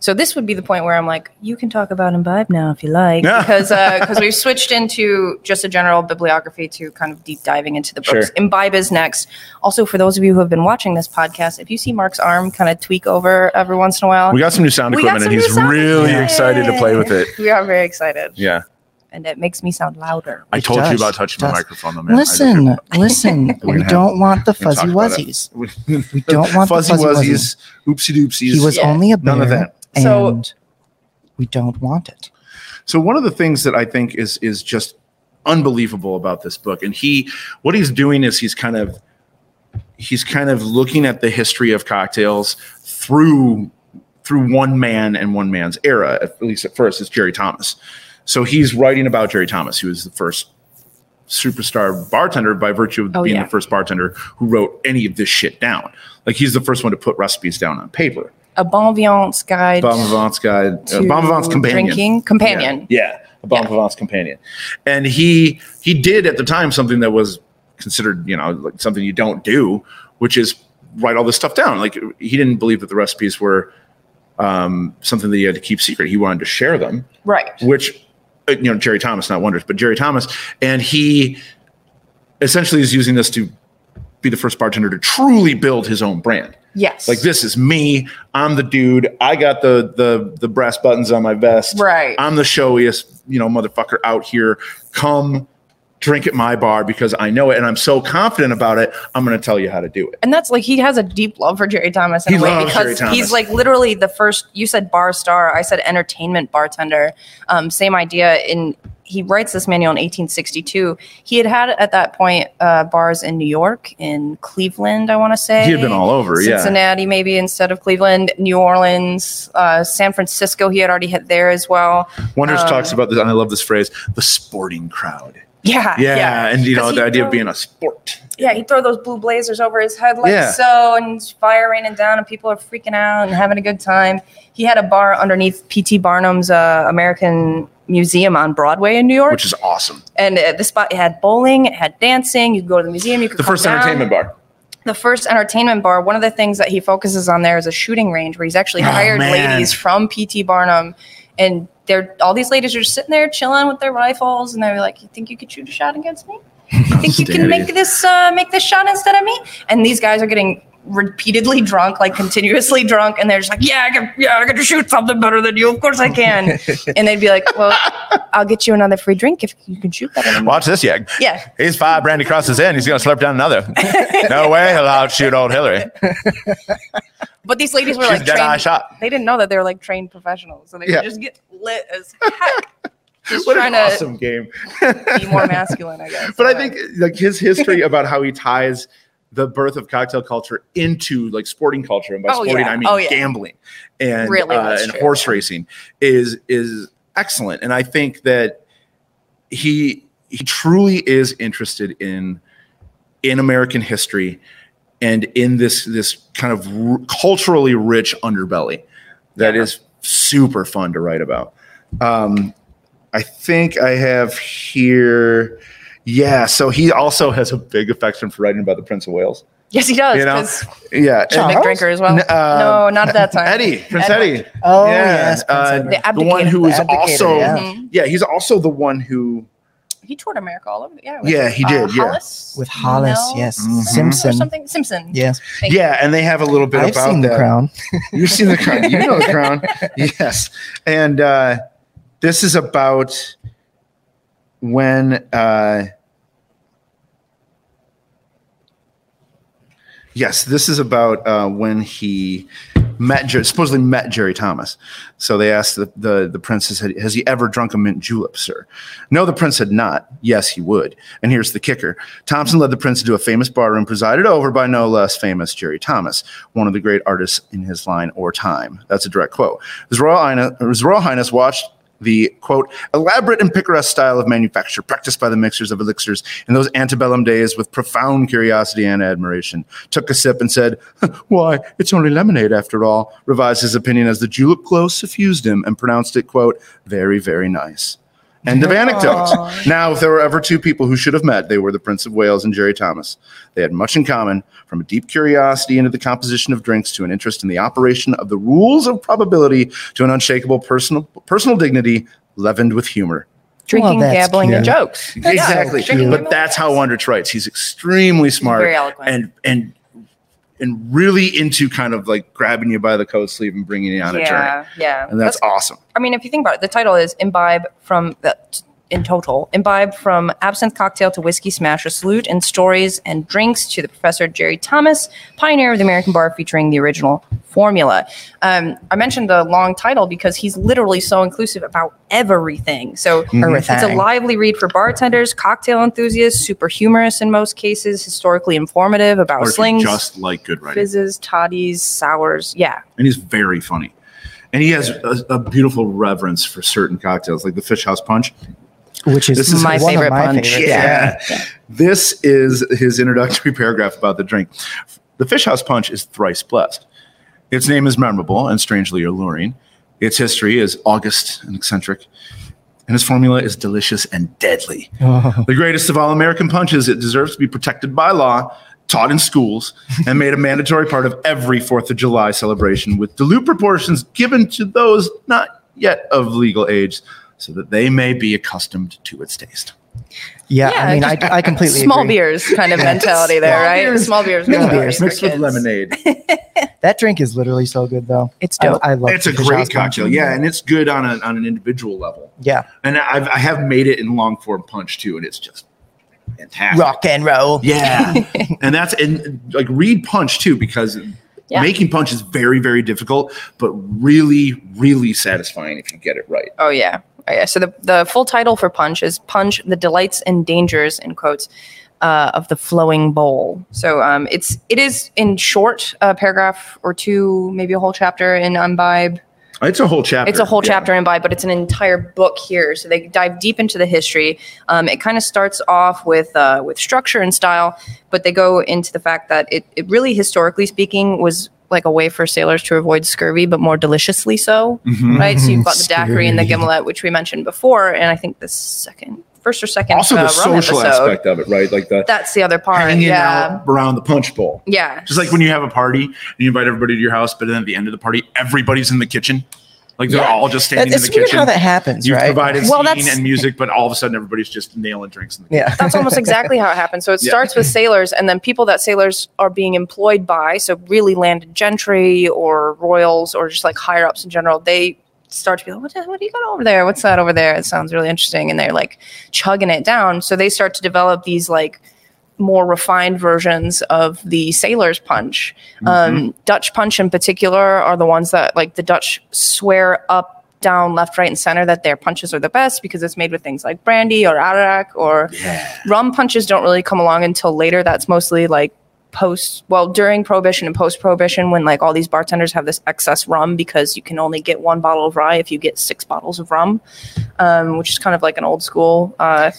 [SPEAKER 2] So this would be the point where I'm like, you can talk about imbibe now if you like,
[SPEAKER 1] Yeah.
[SPEAKER 2] because because we've switched into just a general bibliography to kind of deep diving into the books.
[SPEAKER 1] Sure.
[SPEAKER 2] Imbibe is next. Also, for those of you who have been watching this podcast, if you see Mark's arm kind of tweak over every once in a while,
[SPEAKER 1] We got some new sound
[SPEAKER 2] We got
[SPEAKER 1] equipment, and
[SPEAKER 2] some new
[SPEAKER 1] he's
[SPEAKER 2] sound
[SPEAKER 1] really
[SPEAKER 2] equipment.
[SPEAKER 1] excited to play with it.
[SPEAKER 2] we are very excited,
[SPEAKER 1] Yeah,
[SPEAKER 2] and it makes me sound louder.
[SPEAKER 1] I
[SPEAKER 3] It
[SPEAKER 1] told you
[SPEAKER 3] does.
[SPEAKER 1] about touching
[SPEAKER 3] Does.
[SPEAKER 1] the microphone, though, man. I just-
[SPEAKER 3] Listen, listen. we
[SPEAKER 1] gonna have-
[SPEAKER 3] don't want the
[SPEAKER 1] gonna talk
[SPEAKER 3] fuzzy
[SPEAKER 1] about it.
[SPEAKER 3] wuzzies. We don't want
[SPEAKER 1] fuzzy
[SPEAKER 3] the fuzzy
[SPEAKER 1] wuzzies, oopsie doopsies.
[SPEAKER 3] He was
[SPEAKER 2] Yeah.
[SPEAKER 3] only a bear,
[SPEAKER 1] None of that.
[SPEAKER 3] and
[SPEAKER 2] So-
[SPEAKER 3] we don't want it.
[SPEAKER 1] so one of the things that I think is is just unbelievable about this book, and he what he's doing is he's kind of he's kind of looking at the history of cocktails through through one man and one man's era. At least at first, it's Jerry Thomas. So he's writing about Jerry Thomas, who is the first superstar bartender by virtue of
[SPEAKER 2] Oh,
[SPEAKER 1] being
[SPEAKER 2] yeah.
[SPEAKER 1] the first bartender who wrote any of this shit down. Like he's the first one to put recipes down on paper.
[SPEAKER 2] A bon vivant's guide
[SPEAKER 1] Bon vivant's guide, uh,
[SPEAKER 2] to
[SPEAKER 1] bon vivant's companion.
[SPEAKER 2] drinking companion.
[SPEAKER 1] Yeah, yeah a bon
[SPEAKER 2] Yeah.
[SPEAKER 1] vivant's companion. And he he did at the time something that was considered, you know, like something you don't do, which is write all this stuff down. Like he didn't believe that the recipes were um, something that you had to keep secret. He wanted to share them
[SPEAKER 2] Right.
[SPEAKER 1] which uh, you know Jerry Thomas, not Wonders, but Jerry Thomas, and he essentially is using this to be the first bartender to truly build his own brand.
[SPEAKER 2] Yes.
[SPEAKER 4] Like this is me. I'm the dude. I got the the the brass buttons on my vest.
[SPEAKER 2] Right.
[SPEAKER 4] I'm the showiest, you know, motherfucker out here. Come drink at my bar because I know it and I'm so confident about it. I'm going to tell you how to do it.
[SPEAKER 2] and that's like he has a deep love for Jerry Thomas in
[SPEAKER 4] He
[SPEAKER 2] a way
[SPEAKER 4] loves Jerry
[SPEAKER 2] because
[SPEAKER 4] Thomas.
[SPEAKER 2] he's like literally the first. You said bar star, I said entertainment bartender. Um, same idea. In he writes this manual in 1862. He had had at that point uh, bars in New York, in Cleveland, I want to say.
[SPEAKER 4] He had been all over, yeah.
[SPEAKER 2] Cincinnati, maybe instead of Cleveland, New Orleans, uh, San Francisco. He had already hit there as well.
[SPEAKER 4] Wonders
[SPEAKER 2] Um,
[SPEAKER 4] talks about this and I love this phrase, the sporting crowd.
[SPEAKER 2] Yeah,
[SPEAKER 4] Yeah, and you know
[SPEAKER 2] 'Cause
[SPEAKER 4] the
[SPEAKER 2] he
[SPEAKER 4] idea of
[SPEAKER 2] throw-
[SPEAKER 4] being a sport.
[SPEAKER 2] Yeah, he'd throw those blue blazers over his head like
[SPEAKER 4] Yeah.
[SPEAKER 2] so, and it's fire raining down, and people are freaking out and having a good time. He had a bar underneath P.T. Barnum's uh, American Museum on Broadway in New York,
[SPEAKER 4] Which is awesome.
[SPEAKER 2] and uh, this spot it had bowling, it had dancing. You could go to the museum. You could
[SPEAKER 4] The
[SPEAKER 2] come
[SPEAKER 4] first
[SPEAKER 2] down.
[SPEAKER 4] entertainment bar.
[SPEAKER 2] The first entertainment bar. One of the things that he focuses on there is a shooting range where he's actually
[SPEAKER 4] Oh,
[SPEAKER 2] hired
[SPEAKER 4] man.
[SPEAKER 2] ladies from P.T. Barnum, and they're all these ladies are just sitting there chilling with their rifles, and they're like, "You think you could shoot a shot against me?" think you can make this uh, make this shot instead of me? And these guys are getting repeatedly drunk, like continuously drunk, and they're just like, yeah, I can, yeah, I can shoot something better than you. Of course I can. and they'd be like, well, I'll get you another free drink if you can shoot better than me.
[SPEAKER 1] Watch this, yeah.
[SPEAKER 2] Yeah,
[SPEAKER 1] He's five. Brandy crosses in. He's gonna slurp down another. No way he'll outshoot old Hillary.
[SPEAKER 2] but these ladies were
[SPEAKER 1] She's
[SPEAKER 2] like
[SPEAKER 1] dead eye
[SPEAKER 2] trained.
[SPEAKER 1] shot.
[SPEAKER 2] They didn't know that they were like trained professionals, so they
[SPEAKER 4] Yeah.
[SPEAKER 2] would just get lit as heck. Just
[SPEAKER 4] What
[SPEAKER 2] trying
[SPEAKER 4] an
[SPEAKER 2] to
[SPEAKER 4] awesome game.
[SPEAKER 2] be more masculine, I guess.
[SPEAKER 4] but I
[SPEAKER 2] Uh,
[SPEAKER 4] think like his history about how he ties the birth of cocktail culture into like sporting culture, and by
[SPEAKER 2] Oh,
[SPEAKER 4] sporting
[SPEAKER 2] yeah.
[SPEAKER 4] I mean
[SPEAKER 2] Oh, yeah.
[SPEAKER 4] gambling and
[SPEAKER 2] Really,
[SPEAKER 4] uh,
[SPEAKER 2] that's
[SPEAKER 4] and
[SPEAKER 2] true.
[SPEAKER 4] horse racing is is excellent, and I think that he he truly is interested in in American history and in this this kind of r- culturally rich underbelly that is super fun to write about. Um, I think I have here. Yeah, so he also has a big affection for writing about the Prince of Wales.
[SPEAKER 2] yes, he does.
[SPEAKER 4] you know,
[SPEAKER 2] 'cause
[SPEAKER 4] Yeah,
[SPEAKER 2] he's a big
[SPEAKER 3] Charles?
[SPEAKER 2] drinker as well.
[SPEAKER 4] N- uh,
[SPEAKER 2] no, not at that time.
[SPEAKER 4] Eddie, Prince
[SPEAKER 2] Edward.
[SPEAKER 4] Eddie.
[SPEAKER 3] Oh
[SPEAKER 4] Yeah,
[SPEAKER 3] yes,
[SPEAKER 4] uh,
[SPEAKER 3] Prince Edward.
[SPEAKER 2] The
[SPEAKER 4] the one
[SPEAKER 2] abdicator,
[SPEAKER 4] who
[SPEAKER 3] the
[SPEAKER 4] was
[SPEAKER 3] abdicator,
[SPEAKER 4] also
[SPEAKER 3] yeah.
[SPEAKER 2] Mhm.
[SPEAKER 4] yeah, he's also the one who
[SPEAKER 2] he toured America all over. Yeah, uh,
[SPEAKER 4] Yeah, he did, yeah.
[SPEAKER 2] Hollis,
[SPEAKER 3] With Hollis,
[SPEAKER 2] Nelson
[SPEAKER 3] yes.
[SPEAKER 4] Mhm.
[SPEAKER 2] or
[SPEAKER 3] Simpson.
[SPEAKER 2] something. Simpson.
[SPEAKER 3] Yes,
[SPEAKER 2] Thank you.
[SPEAKER 4] yeah, and they have a little bit
[SPEAKER 3] I've
[SPEAKER 4] about
[SPEAKER 3] seen
[SPEAKER 4] that.
[SPEAKER 3] The Crown.
[SPEAKER 4] You've seen the crown. You know the crown. Yes. And uh, this is about when. Uh, yes, this is about uh, when he met Jer- supposedly met Jerry Thomas. So they asked the the, the princess, "Has he ever drunk a mint julep, sir?" No, the prince had not. Yes, he would. And here's the kicker: Thompson led the prince into a famous bar room presided over by no less famous Jerry Thomas, one of the great artists in his line or time. That's a direct quote. His Royal Highness, His Royal Highness watched the quote elaborate and picaresque style of manufacture practiced by the mixers of elixirs in those antebellum days with profound curiosity and admiration took a sip and said why it's only lemonade after all revised his opinion as the julep glow suffused him and pronounced it quote very very nice end of anecdote
[SPEAKER 2] Aw.
[SPEAKER 4] now if there were ever two people who should have met they were the prince of wales and jerry thomas they had much in common from a deep curiosity into the composition of drinks to an interest in the operation of the rules of probability to an unshakable personal personal dignity leavened with humor.
[SPEAKER 2] Drinking,
[SPEAKER 3] Well, that's
[SPEAKER 2] gambling, and
[SPEAKER 3] cute.
[SPEAKER 2] jokes.
[SPEAKER 4] Exactly.
[SPEAKER 2] Drinking,
[SPEAKER 4] But
[SPEAKER 2] gambling,
[SPEAKER 4] that's how Wondrich writes. He's extremely smart
[SPEAKER 2] Very eloquent.
[SPEAKER 4] and and and really into kind of like grabbing you by the coat sleeve and bringing you on a journey.
[SPEAKER 2] Yeah, yeah.
[SPEAKER 4] And that's, awesome.
[SPEAKER 2] I mean, if you think about it, the title is "Imbibe from the." In total, imbibe from absinthe cocktail to whiskey smash, a salute and stories and drinks to the professor Jerry Thomas, pioneer of the American bar, featuring the original formula. Um, I mentioned the long title because he's literally so inclusive about everything. So
[SPEAKER 1] Mm-hmm.
[SPEAKER 2] it's a
[SPEAKER 3] Everything.
[SPEAKER 2] lively read for bartenders, cocktail enthusiasts, super humorous in most cases, historically informative about
[SPEAKER 4] Or if you
[SPEAKER 2] slings,
[SPEAKER 4] just like good writing.
[SPEAKER 2] fizzes, toddies, sours. Yeah,
[SPEAKER 4] and he's very funny. And he has a, a beautiful reverence for certain cocktails, like the fish house punch.
[SPEAKER 3] which is,
[SPEAKER 4] This is
[SPEAKER 3] one
[SPEAKER 2] my favorite
[SPEAKER 3] of my
[SPEAKER 2] punch.
[SPEAKER 3] favorites.
[SPEAKER 4] Yeah. This is his introductory paragraph about the drink. The fish house punch is thrice blessed. Its name is memorable and strangely alluring. Its history is august and eccentric. And its formula is delicious and deadly.
[SPEAKER 3] Oh.
[SPEAKER 4] The greatest of all American punches, it deserves to be protected by law, taught in schools, and made a mandatory part of every Fourth of July celebration with dilute proportions given to those not yet of legal age so that they may be accustomed to its taste.
[SPEAKER 3] Yeah,
[SPEAKER 2] Yeah,
[SPEAKER 3] I mean, I,
[SPEAKER 2] just
[SPEAKER 3] I completely
[SPEAKER 2] small
[SPEAKER 3] agree.
[SPEAKER 2] beers kind of mentality there,
[SPEAKER 3] Small
[SPEAKER 2] right?
[SPEAKER 3] beers.
[SPEAKER 2] Small beers,
[SPEAKER 3] Mini
[SPEAKER 4] uh,
[SPEAKER 2] mentality
[SPEAKER 3] beers.
[SPEAKER 2] for
[SPEAKER 1] mixed with
[SPEAKER 2] kids.
[SPEAKER 1] lemonade.
[SPEAKER 3] That drink is literally so good, though.
[SPEAKER 2] It's
[SPEAKER 3] I,
[SPEAKER 2] dope.
[SPEAKER 3] I love.
[SPEAKER 1] it's a
[SPEAKER 3] Fisher
[SPEAKER 1] great
[SPEAKER 3] House
[SPEAKER 1] cocktail.
[SPEAKER 3] punch.
[SPEAKER 1] Yeah, and it's good on a, on an individual level.
[SPEAKER 3] yeah,
[SPEAKER 1] And I've, I have made it in long form punch too, and it's just fantastic.
[SPEAKER 3] rock and roll.
[SPEAKER 1] Yeah, and that's and like read punch too because
[SPEAKER 2] Yeah.
[SPEAKER 1] making punch is very very difficult, but really really satisfying if you get it right.
[SPEAKER 2] Oh yeah. Oh yeah. So the, the full title for Punch is Punch: The Delights and Dangers in quotes uh, of the Flowing Bowl. So um, it's it is in short a paragraph or two, maybe a whole chapter in Imbibe.
[SPEAKER 1] It's a whole chapter.
[SPEAKER 2] It's a whole
[SPEAKER 1] Yeah.
[SPEAKER 2] chapter in Imbibe, but it's an entire book here. So they dive deep into the history. Um, it kind of starts off with uh, with structure and style, but they go into the fact that it it really historically speaking was like a way for sailors to avoid scurvy, but more deliciously so
[SPEAKER 1] Mhm.
[SPEAKER 2] right? So you've got the daiquiri and the
[SPEAKER 3] Scary.
[SPEAKER 2] gimlet, which we mentioned before, and I think the second, first or second
[SPEAKER 1] Also
[SPEAKER 2] uh,
[SPEAKER 1] the
[SPEAKER 2] rum
[SPEAKER 1] social
[SPEAKER 2] episode.
[SPEAKER 1] aspect of it, right? Like the
[SPEAKER 2] That's the other part.
[SPEAKER 1] hanging
[SPEAKER 2] yeah,
[SPEAKER 1] out around the punch bowl.
[SPEAKER 2] yeah.
[SPEAKER 1] Just like when you have a party and you invite everybody to your house, but then at the end of the party, everybody's in the kitchen. Like they're
[SPEAKER 2] Yeah.
[SPEAKER 1] all just
[SPEAKER 3] That-
[SPEAKER 1] standing in
[SPEAKER 3] it's
[SPEAKER 1] the
[SPEAKER 3] weird
[SPEAKER 1] kitchen.
[SPEAKER 3] how that happens,
[SPEAKER 1] You've
[SPEAKER 3] right?
[SPEAKER 1] provided scene
[SPEAKER 2] Well, that's-
[SPEAKER 1] and music, but all of a sudden everybody's just nailing drinks in the
[SPEAKER 3] yeah,
[SPEAKER 2] That's almost exactly how it happens. So it
[SPEAKER 1] Yeah.
[SPEAKER 2] starts with sailors, and then people that sailors are being employed by, so really landed gentry or royals or just like higher ups in general, they start to be like, what, the- what do you got over there? What's that over there? It sounds really interesting. And they're like chugging it down. So they start to develop these like more refined versions of the sailor's punch.
[SPEAKER 3] Mm-hmm.
[SPEAKER 2] Um, Dutch punch in particular are the ones that like the Dutch swear up, down, left, right, and center that their punches are the best because it's made with things like brandy or arak or rum punches don't really come along until later. That's mostly like post well during prohibition and post prohibition when like all these bartenders have this excess rum because you can only get one bottle of rye if you get six bottles of rum um, which is kind of like an old school uh,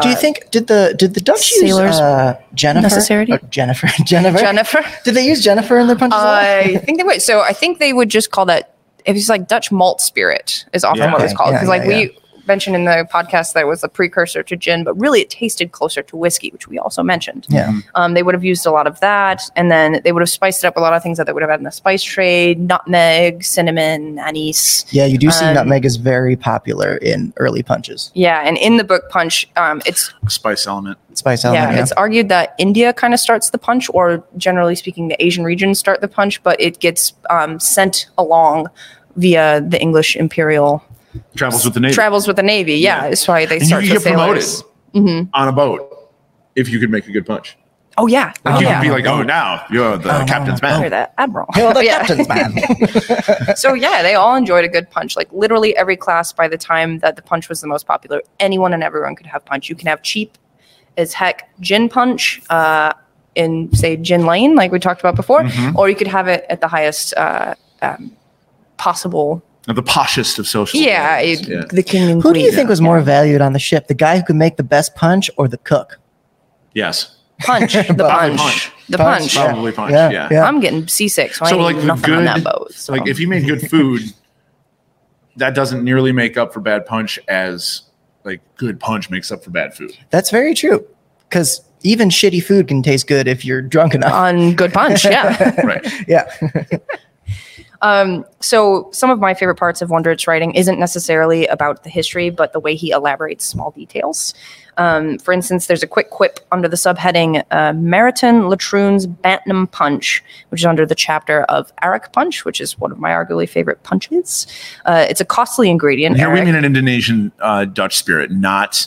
[SPEAKER 3] Do you
[SPEAKER 2] uh,
[SPEAKER 3] think did the did the Dutch use
[SPEAKER 2] Sailors
[SPEAKER 3] uh, Jennifer?
[SPEAKER 2] necessity?
[SPEAKER 3] Or Jennifer, Jennifer,
[SPEAKER 2] jennifer
[SPEAKER 3] Did they use Jennifer in their punches? a lot?
[SPEAKER 2] I think they would. So I think they would just call that. It was like Dutch malt spirit is often
[SPEAKER 1] Yeah.
[SPEAKER 2] what it's called
[SPEAKER 3] Yeah,
[SPEAKER 2] because
[SPEAKER 3] yeah,
[SPEAKER 2] like we mentioned in the podcast that it was a precursor to gin, but really it tasted closer to whiskey, which we also mentioned.
[SPEAKER 3] Yeah.
[SPEAKER 2] Um, they would have used a lot of that, and then they would have spiced it up with a lot of things that they would have had in the spice trade: nutmeg, cinnamon, anise.
[SPEAKER 3] yeah, you do see
[SPEAKER 2] Um,
[SPEAKER 3] nutmeg is very popular in early punches.
[SPEAKER 2] Yeah, and in the book Punch, um, it's
[SPEAKER 1] spice element.
[SPEAKER 3] Spice
[SPEAKER 2] yeah,
[SPEAKER 3] element. Yeah,
[SPEAKER 2] it's argued that India kind of starts the punch, or generally speaking, the Asian regions start the punch, but it gets um, sent along via the English imperial
[SPEAKER 1] Travels with the navy.
[SPEAKER 2] travels with the Navy. Yeah,
[SPEAKER 1] Yeah.
[SPEAKER 2] that's why they
[SPEAKER 1] and you
[SPEAKER 2] start
[SPEAKER 1] can
[SPEAKER 2] with
[SPEAKER 1] get promoted
[SPEAKER 2] sailors. Mm-hmm.
[SPEAKER 1] on a boat if you could make a good punch.
[SPEAKER 2] Oh yeah,
[SPEAKER 1] Like
[SPEAKER 2] oh,
[SPEAKER 1] you
[SPEAKER 2] yeah. Oh,
[SPEAKER 1] could be like, oh, now you're the captain's man.
[SPEAKER 2] You're the admiral.
[SPEAKER 3] Hail the
[SPEAKER 2] Yeah.
[SPEAKER 3] captain's man.
[SPEAKER 2] so yeah, they all enjoyed a good punch. Like literally every class by the time that the punch was the most popular, anyone and everyone could have punch. You can have cheap as heck gin punch uh, in say gin lane, like we talked about before, or you could have it at the highest uh, um, possible.
[SPEAKER 1] The poshest of social.
[SPEAKER 2] Yeah,
[SPEAKER 1] levels.
[SPEAKER 2] it- the king and
[SPEAKER 3] Who do you
[SPEAKER 2] queen.
[SPEAKER 3] think was more valued on the ship? The guy who could make the best punch or the cook?
[SPEAKER 1] Yes.
[SPEAKER 2] punch? The
[SPEAKER 1] Probably
[SPEAKER 2] punch.
[SPEAKER 1] punch.
[SPEAKER 2] The
[SPEAKER 3] Punch,
[SPEAKER 2] punch. Um,
[SPEAKER 3] yeah.
[SPEAKER 1] Probably punch.
[SPEAKER 3] Yeah,
[SPEAKER 1] Yeah.
[SPEAKER 3] yeah.
[SPEAKER 2] I'm getting seasick, so, I
[SPEAKER 1] So,
[SPEAKER 2] ain't
[SPEAKER 1] like,
[SPEAKER 2] eating
[SPEAKER 1] the
[SPEAKER 2] nothing on
[SPEAKER 1] good-
[SPEAKER 2] that boat. So.
[SPEAKER 1] Like if you made good food, that doesn't nearly make up for bad punch as like good punch makes up for bad food.
[SPEAKER 3] That's very true. Because even shitty food can taste good if you're drunk enough.
[SPEAKER 2] on good punch, yeah.
[SPEAKER 1] Right.
[SPEAKER 3] Yeah.
[SPEAKER 2] Um, so some of my favorite parts of Wondrich's writing isn't necessarily about the history, but the way he elaborates small details. Um, for instance, there's a quick quip under the subheading uh, Meriton Latroon's Bantam Punch, which is under the chapter of Arak Punch, which is one of my arguably favorite punches. Uh, it's a costly ingredient.
[SPEAKER 1] And here we
[SPEAKER 2] Arak.
[SPEAKER 1] mean an Indonesian uh, Dutch spirit, not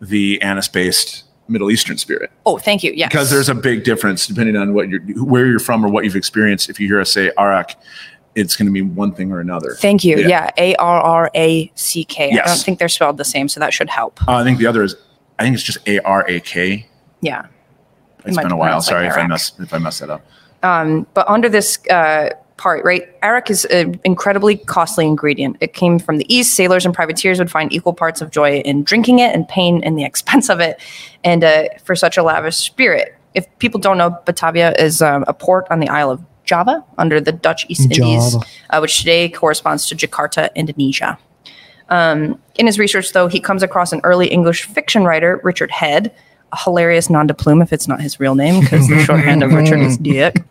[SPEAKER 1] the anise based Middle Eastern spirit.
[SPEAKER 2] oh, thank you. Yes.
[SPEAKER 1] because there's a big difference depending on what you're where you're from or what you've experienced if you hear us say arak it's going to be one thing or another
[SPEAKER 2] Thank you.
[SPEAKER 1] Yeah.
[SPEAKER 2] Yeah. A R R A C K. I
[SPEAKER 1] Yes.
[SPEAKER 2] don't think they're spelled the same, so that should help.
[SPEAKER 1] uh, i think the other is i think it's just a-r-a-k
[SPEAKER 2] Yeah.
[SPEAKER 1] it's
[SPEAKER 2] might
[SPEAKER 1] been
[SPEAKER 2] be
[SPEAKER 1] a while
[SPEAKER 2] pronounced like
[SPEAKER 1] sorry if i
[SPEAKER 2] Arak.
[SPEAKER 1] mess if i mess that up
[SPEAKER 2] but under this uh, part, right, arak is an incredibly costly ingredient. It came from the East. Sailors and privateers would find equal parts of joy in drinking it and pain in the expense of it, and uh, for such a lavish spirit. If people don't know, Batavia is um, a port on the Isle of Java under the Dutch East Indies,
[SPEAKER 3] Java.
[SPEAKER 2] uh, which today corresponds to Jakarta, Indonesia. Um, In his research, though, he comes across an early English fiction writer, Richard Head, a hilarious nom de plume if it's not his real name, because the shorthand of Richard is Dick,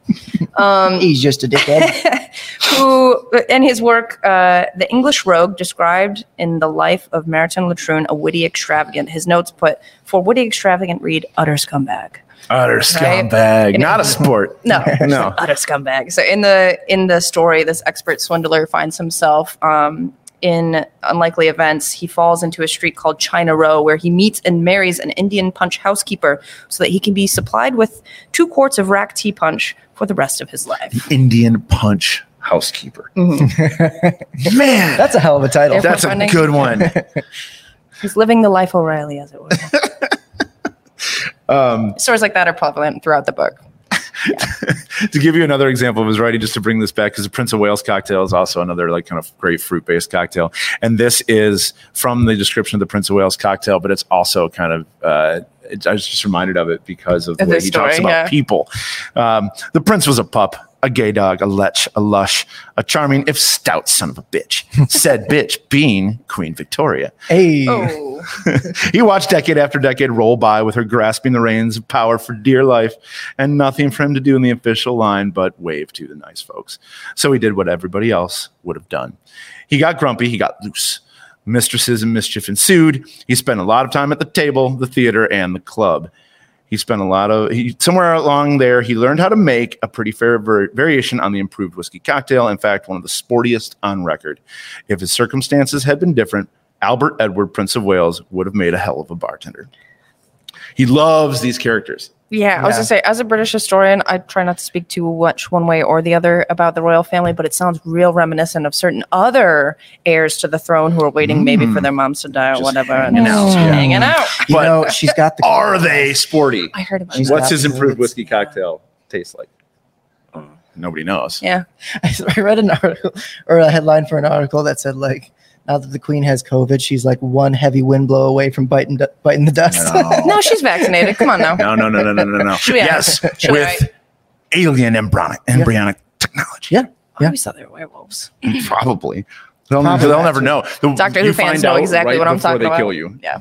[SPEAKER 3] He's just a dickhead.
[SPEAKER 2] who in his work uh, the english rogue described in the life of martin latrun a witty extravagant his notes put for witty extravagant read utter scumbag
[SPEAKER 1] Utter
[SPEAKER 2] Right?
[SPEAKER 1] scumbag. Not a sport.
[SPEAKER 2] no
[SPEAKER 1] No.
[SPEAKER 2] utter scumbag so in the in the story this expert swindler finds himself um, in unlikely events he falls into a street called china row where he meets and marries an indian punch housekeeper so that he can be supplied with two quarts of rack tea punch for the rest of his life
[SPEAKER 1] Indian punch housekeeper. Man,
[SPEAKER 3] That's a hell of a title.
[SPEAKER 2] They're-
[SPEAKER 1] that's a good one.
[SPEAKER 2] he's living the life o'reilly as it were stories like that are prevalent throughout the book
[SPEAKER 1] to give you another example of his writing, just to bring this back, because the Prince of Wales cocktail is also another like kind of great fruit based cocktail, and this is from the description of the Prince of Wales cocktail, but it's also kind of. Uh, it, I was just reminded of it because of the
[SPEAKER 2] Of
[SPEAKER 1] way
[SPEAKER 2] his
[SPEAKER 1] he talks
[SPEAKER 2] story,
[SPEAKER 1] about
[SPEAKER 2] yeah.
[SPEAKER 1] people. Um, the prince was a pup, a gay dog, a lech, a lush, a charming if stout son of a bitch. Said bitch being Queen Victoria.
[SPEAKER 3] hey,
[SPEAKER 2] oh
[SPEAKER 1] He watched decade after decade roll by with her grasping the reins of power for dear life and nothing for him to do in the official line but wave to the nice folks. So he did what everybody else would have done. He got grumpy, he got loose. Mistresses and mischief ensued. He spent a lot of time at the table, the theater, and the club. He spent a lot of he, somewhere along there. He learned how to make a pretty fair ver- variation on the improved whiskey cocktail. In fact, one of the sportiest on record. If his circumstances had been different, Albert Edward, Prince of Wales, would have made a hell of a bartender. He loves these characters.
[SPEAKER 2] yeah, I was gonna say, as a British historian, I try not to speak too much one way or the other about the royal family, but it sounds real reminiscent of certain other heirs to the throne who are waiting maybe for their moms to die or whatever, and
[SPEAKER 1] hanging
[SPEAKER 2] it's
[SPEAKER 1] out.
[SPEAKER 2] just
[SPEAKER 1] Yeah.
[SPEAKER 2] hanging out.
[SPEAKER 3] you
[SPEAKER 1] But-
[SPEAKER 3] know she's got the.
[SPEAKER 1] Are they sporty?
[SPEAKER 2] I heard about
[SPEAKER 3] She's
[SPEAKER 2] that.
[SPEAKER 1] What's his improved
[SPEAKER 3] Absolutely.
[SPEAKER 1] whiskey cocktail taste like? Nobody knows.
[SPEAKER 2] Yeah,
[SPEAKER 3] I read an article or a headline for an article that said like, now that the queen has COVID, she's like one heavy wind blow away from biting du- biting the dust.
[SPEAKER 1] No,
[SPEAKER 2] no, she's vaccinated. Come on now.
[SPEAKER 1] no, no, no, no, no, no. no.
[SPEAKER 2] Yeah.
[SPEAKER 1] Yes,
[SPEAKER 2] Should
[SPEAKER 1] with
[SPEAKER 2] I-
[SPEAKER 1] alien embryonic, embryonic technology.
[SPEAKER 3] yeah,
[SPEAKER 2] I
[SPEAKER 3] yeah.
[SPEAKER 2] always thought they were werewolves.
[SPEAKER 1] Probably. They'll,
[SPEAKER 2] Oh,
[SPEAKER 3] Probably
[SPEAKER 1] they'll
[SPEAKER 3] not.
[SPEAKER 1] never know. The-
[SPEAKER 2] Doctor
[SPEAKER 1] you
[SPEAKER 2] Who fans
[SPEAKER 1] find
[SPEAKER 2] know
[SPEAKER 1] out
[SPEAKER 2] exactly
[SPEAKER 1] right
[SPEAKER 2] what I'm
[SPEAKER 1] before
[SPEAKER 2] talking
[SPEAKER 1] they
[SPEAKER 2] about.
[SPEAKER 1] kill you.
[SPEAKER 2] Yeah.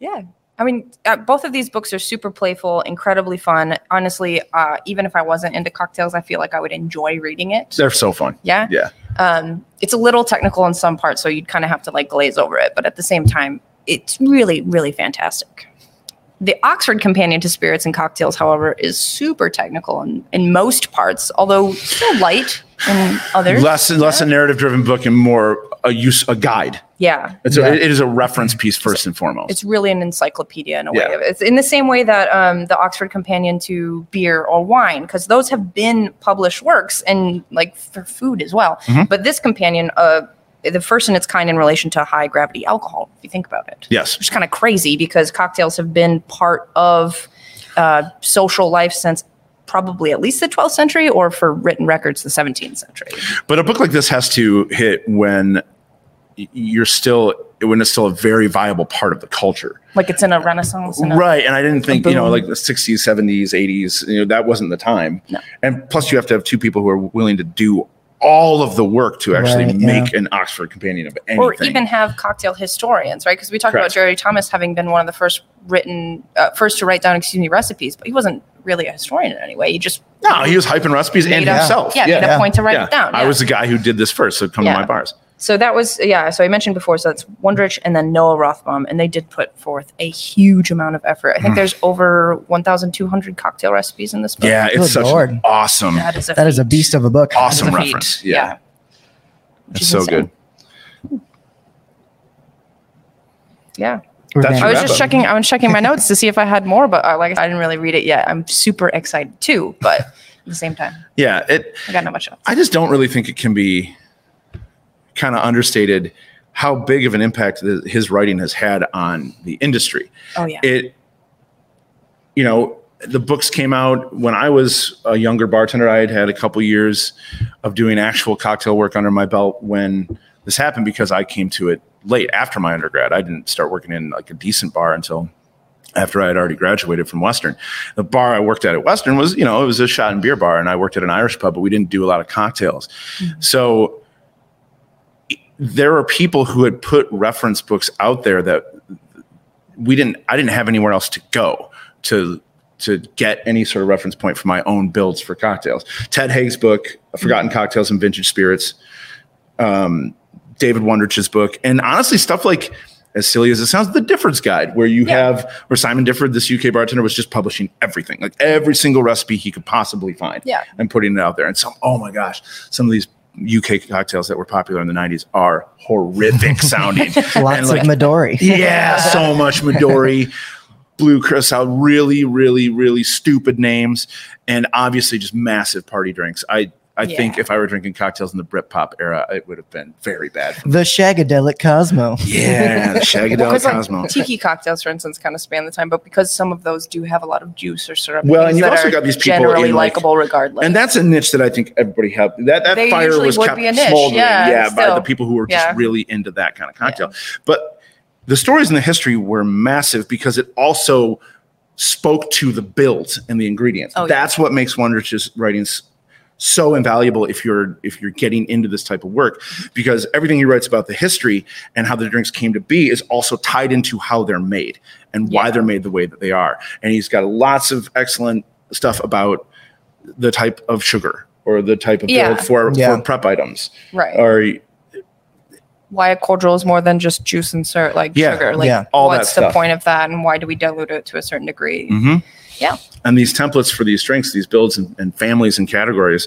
[SPEAKER 2] yeah. I mean, uh, both of these books are super playful, incredibly fun. Honestly, uh, even if I wasn't into cocktails, I feel like I would enjoy reading it.
[SPEAKER 1] They're so fun.
[SPEAKER 2] Yeah.
[SPEAKER 1] Yeah.
[SPEAKER 2] Um, it's a little technical in some parts, so you'd kind of have to like glaze over it. But at the same time, it's really, really fantastic. The Oxford Companion to Spirits and Cocktails, however, is super technical in, in most parts, although still light in others.
[SPEAKER 1] Less less a narrative driven book and more a use a guide.
[SPEAKER 2] yeah.
[SPEAKER 1] It's
[SPEAKER 3] Yeah.
[SPEAKER 1] a, it is a reference piece first and foremost.
[SPEAKER 2] It's really an encyclopedia in a
[SPEAKER 1] Yeah.
[SPEAKER 2] way. It's in the same way that um, the Oxford Companion to Beer or Wine, because those have been published works and like for food as well. But this companion, uh, the first in its kind in relation to high gravity alcohol, if you think about it.
[SPEAKER 1] yes.
[SPEAKER 2] which is kind of crazy because cocktails have been part of uh, social life since probably at least the 12th century or for written records the 17th century
[SPEAKER 1] But a book like this has to hit when y- you're still when it's still a very viable part of the culture.
[SPEAKER 2] like it's in a renaissance and a-
[SPEAKER 1] Right. And I didn't think, you know,
[SPEAKER 3] boom.
[SPEAKER 1] like the 60s, 70s, 80s, you know, that wasn't the time.
[SPEAKER 2] No.
[SPEAKER 1] And plus, you have to have two people who are willing to do all of the work to actually
[SPEAKER 3] Right, yeah.
[SPEAKER 1] make an Oxford Companion of anything.
[SPEAKER 2] or even have cocktail historians right because we talked about
[SPEAKER 1] Correct.
[SPEAKER 2] jerry thomas having been one of the first written uh, first to write down excuse me recipes but he wasn't really a historian in any way he just
[SPEAKER 1] no, he was hyping recipes and
[SPEAKER 2] made up-
[SPEAKER 1] himself.
[SPEAKER 2] yeah, made a point to write
[SPEAKER 1] Yeah.
[SPEAKER 2] it down
[SPEAKER 1] I
[SPEAKER 2] yeah.
[SPEAKER 1] was the guy who did this first, so come
[SPEAKER 2] Yeah.
[SPEAKER 1] to my bars.
[SPEAKER 2] So that was yeah. So I mentioned before. So that's Wondrich and then Noah Rothbaum, and they did put forth a huge amount of effort.
[SPEAKER 1] Mm.
[SPEAKER 2] I think there's over 1,200 cocktail recipes in this book.
[SPEAKER 1] Yeah, it's
[SPEAKER 3] Good
[SPEAKER 1] such an
[SPEAKER 3] Lord.
[SPEAKER 1] awesome,
[SPEAKER 2] that is a
[SPEAKER 3] that is a
[SPEAKER 2] feat.
[SPEAKER 3] beast of a book.
[SPEAKER 1] awesome
[SPEAKER 2] It's a feat.
[SPEAKER 1] reference.
[SPEAKER 2] Yeah.
[SPEAKER 1] Yeah,
[SPEAKER 2] Which
[SPEAKER 1] it's
[SPEAKER 2] is
[SPEAKER 1] so
[SPEAKER 2] insane.
[SPEAKER 1] good.
[SPEAKER 2] Yeah,
[SPEAKER 3] We're
[SPEAKER 1] That's
[SPEAKER 3] back.
[SPEAKER 2] I was
[SPEAKER 1] wrap
[SPEAKER 2] just
[SPEAKER 1] up.
[SPEAKER 2] checking. I was checking my notes to see if I had more, but uh, like I said, I didn't really read it yet. I'm super excited too, but at the same time,
[SPEAKER 1] Yeah, it.
[SPEAKER 2] I got not much else.
[SPEAKER 1] I just don't really think it can be kind of understated how big of an impact th- his writing has had on the industry.
[SPEAKER 2] Oh yeah,
[SPEAKER 1] It, you know, the books came out when I was a younger bartender. I had had a couple years of doing actual cocktail work under my belt when this happened because I came to it late after my undergrad. I didn't start working in like a decent bar until after I had already graduated from Western. The bar I worked at at Western was, you know, it was a shot and beer bar, and I worked at an Irish pub, but we didn't do a lot of cocktails. So i- there are people who had put reference books out there that we didn't, I didn't have anywhere else to go to
[SPEAKER 4] to get any sort of reference point for my own builds for cocktails. Ted Haig's book, Forgotten Cocktails and Vintage Spirits, um, David Wondrich's book, and honestly, stuff like as silly as it sounds, the Difford's Guide, where you
[SPEAKER 2] Yeah.
[SPEAKER 4] have where Simon Difford, this UK bartender, was just publishing everything, like every single recipe he could possibly find,
[SPEAKER 2] Yeah.
[SPEAKER 4] and putting it out there. And some, oh my gosh, some of these. UK cocktails that were popular in the 90s are horrific sounding. And,
[SPEAKER 3] Lots
[SPEAKER 4] like,
[SPEAKER 3] of Midori.
[SPEAKER 4] yeah, so much Midori, Blue Curacao, really, really, really stupid names, and obviously just massive party drinks. I, I think
[SPEAKER 2] Yeah.
[SPEAKER 4] if I were drinking cocktails in the Britpop era, it would have been very bad.
[SPEAKER 3] The Shagadelic Cosmo.
[SPEAKER 4] Yeah, the Shagadelic
[SPEAKER 2] Because
[SPEAKER 4] Cosmo.
[SPEAKER 2] like tiki cocktails, for instance, kind of span the time, but because some of those do have a lot of juice or syrup,
[SPEAKER 4] Well,
[SPEAKER 2] things
[SPEAKER 4] and you've
[SPEAKER 2] that
[SPEAKER 4] also
[SPEAKER 2] are
[SPEAKER 4] got these people
[SPEAKER 2] generally
[SPEAKER 4] in, like-
[SPEAKER 2] likable regardless.
[SPEAKER 4] And that's a niche that I think everybody had. That that
[SPEAKER 2] They
[SPEAKER 4] fire
[SPEAKER 2] usually
[SPEAKER 4] was
[SPEAKER 2] would
[SPEAKER 4] kept
[SPEAKER 2] be a niche,
[SPEAKER 4] smoldering,
[SPEAKER 2] yeah,
[SPEAKER 4] yeah, by
[SPEAKER 2] still.
[SPEAKER 4] the people who were
[SPEAKER 2] Yeah.
[SPEAKER 4] just really into that kind of cocktail. But the stories and the history were massive because it also spoke to the builds and the ingredients.
[SPEAKER 2] Oh, yeah.
[SPEAKER 4] That's what makes Wondrich's writings so invaluable if you're if you're getting into this type of work because everything he writes about the history and how the drinks came to be is also tied into how they're made and why
[SPEAKER 2] Yeah.
[SPEAKER 4] they're made the way that they are and he's got lots of excellent stuff about the type of sugar or the type of
[SPEAKER 2] Yeah.
[SPEAKER 4] build for,
[SPEAKER 3] Yeah.
[SPEAKER 4] for prep items
[SPEAKER 2] right.
[SPEAKER 4] or
[SPEAKER 2] why a cordial is more than just juice and syrup, like
[SPEAKER 4] Yeah,
[SPEAKER 2] sugar. Like,
[SPEAKER 3] yeah,
[SPEAKER 4] all that
[SPEAKER 2] what's the
[SPEAKER 4] stuff.
[SPEAKER 2] point of that, and why do we dilute it to a certain degree?
[SPEAKER 4] Mhm.
[SPEAKER 2] Yeah.
[SPEAKER 4] and these templates for these drinks these builds and, and families and categories